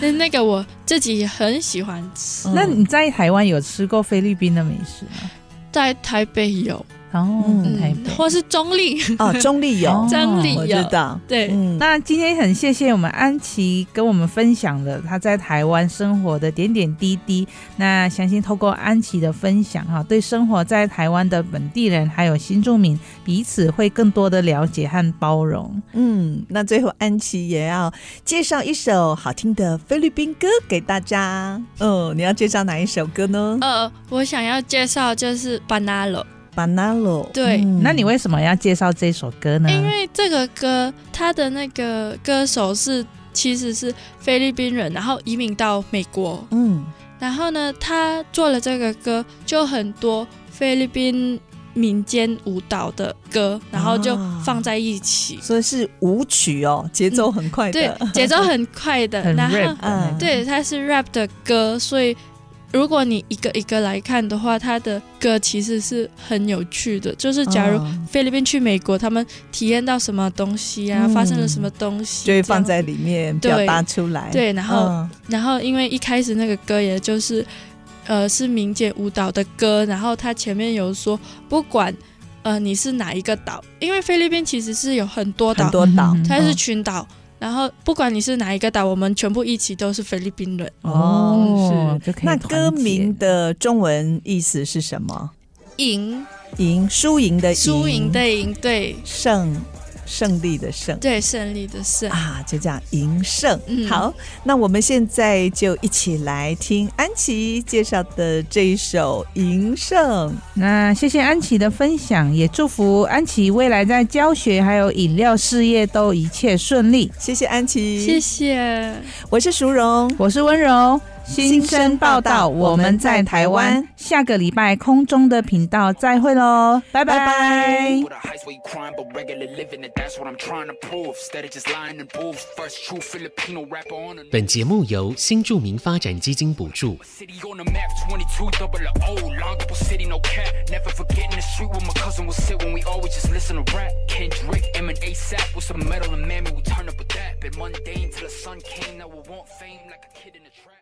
Speaker 6: 那那个我自己也很喜欢吃，
Speaker 4: 那你在台湾有吃过菲律宾的美食吗？
Speaker 6: 在台北有，
Speaker 4: 哦，
Speaker 3: 嗯
Speaker 4: 台
Speaker 6: 嗯，
Speaker 4: 北。
Speaker 6: 或是中立，
Speaker 3: 哦，中立有
Speaker 4: 哦，
Speaker 6: 嗯中立
Speaker 3: 我知
Speaker 6: 有，
Speaker 3: 道。
Speaker 6: 对，
Speaker 3: 嗯，
Speaker 4: 那今天很谢谢我们安琪跟我们分享了她在台湾生活的点点滴滴。那相信透过安琪的分享哈，对生活在台湾的本地人还有新住民彼此会更多的了解和包容。
Speaker 3: 嗯，那最后安琪也要介绍一首好听的菲律宾歌给大家。哦，你要介绍哪一首歌呢
Speaker 6: 呃，我想要介绍就是 Banalo，
Speaker 3: ？Banalo。
Speaker 6: 对
Speaker 3: 嗯
Speaker 4: 那你为什么要介绍这首歌呢？
Speaker 6: 因为这个歌它的那个歌手是其实是菲律宾人，然后移民到美国，
Speaker 3: 嗯
Speaker 6: 然后呢，他做了这个歌，就很多菲律宾民间舞蹈的歌，然后就
Speaker 3: 啊
Speaker 6: 放在一起，
Speaker 3: 所以是舞曲哦，节奏很快
Speaker 6: 对
Speaker 3: 的，，
Speaker 6: 节奏很快的，
Speaker 4: 很
Speaker 6: 然后
Speaker 4: rap 的那
Speaker 3: 嗯
Speaker 4: 种
Speaker 6: 对，它是 rap 的歌，所以如果你一个一个来看的话，它的歌其实是很有趣的。就是假如
Speaker 3: 嗯
Speaker 6: 菲律宾去美国，他们体验到什么东西啊，
Speaker 3: 嗯
Speaker 6: 发生了什么东西，
Speaker 3: 就会
Speaker 6: 这样
Speaker 3: 放在里面
Speaker 6: 对
Speaker 3: 表达出来。
Speaker 6: 对，然后、
Speaker 3: 嗯
Speaker 6: 然后因为一开始那个歌也就是呃是民间舞蹈的歌，然后它前面有说不管呃你是哪一个岛，因为菲律宾其实是有很多岛，
Speaker 3: 很多岛
Speaker 4: 嗯
Speaker 6: 它
Speaker 3: 嗯
Speaker 6: 是群岛。然后不管你是哪一个岛，我们全部一起都是菲律宾人。
Speaker 4: 哦，就可以
Speaker 3: 那
Speaker 4: 团
Speaker 3: 歌
Speaker 4: 结
Speaker 3: 名的中文意思是什么？
Speaker 6: 赢
Speaker 3: 赢，输赢的赢，
Speaker 6: 输赢的赢，对
Speaker 3: 胜，胜利的胜。
Speaker 6: 对，胜利的胜。
Speaker 3: 啊，就这样赢胜。
Speaker 6: 嗯
Speaker 3: 好，那我们现在就一起来听安琪介绍的这一首《赢胜》。
Speaker 4: 那谢谢安琪的分享，也祝福安琪未来在教学还有饮料事业都一切顺利。
Speaker 3: 谢谢安琪，
Speaker 6: 谢谢，
Speaker 3: 我是淑荣，
Speaker 4: 我是温柔，
Speaker 3: 新生报道我们在台湾，
Speaker 4: 下个礼拜空中的频道再会喽，拜拜。
Speaker 3: 拜拜
Speaker 9: With the heights where you crime, but regular living, and that's what I'm trying to prove. Instead of just lying and bull, first true Filipino rapper on the
Speaker 10: 本节目由新住民发展基金补助。
Speaker 9: city on the map. 22 double O, Longable City, no cap. Never forgetting the street where my cousin would sit when we always just listen to rap. Kendrick, M and ASAP with some metal and mammy, we turn up with that. Been mundane till the sun came, now we want fame like a kid in a trap.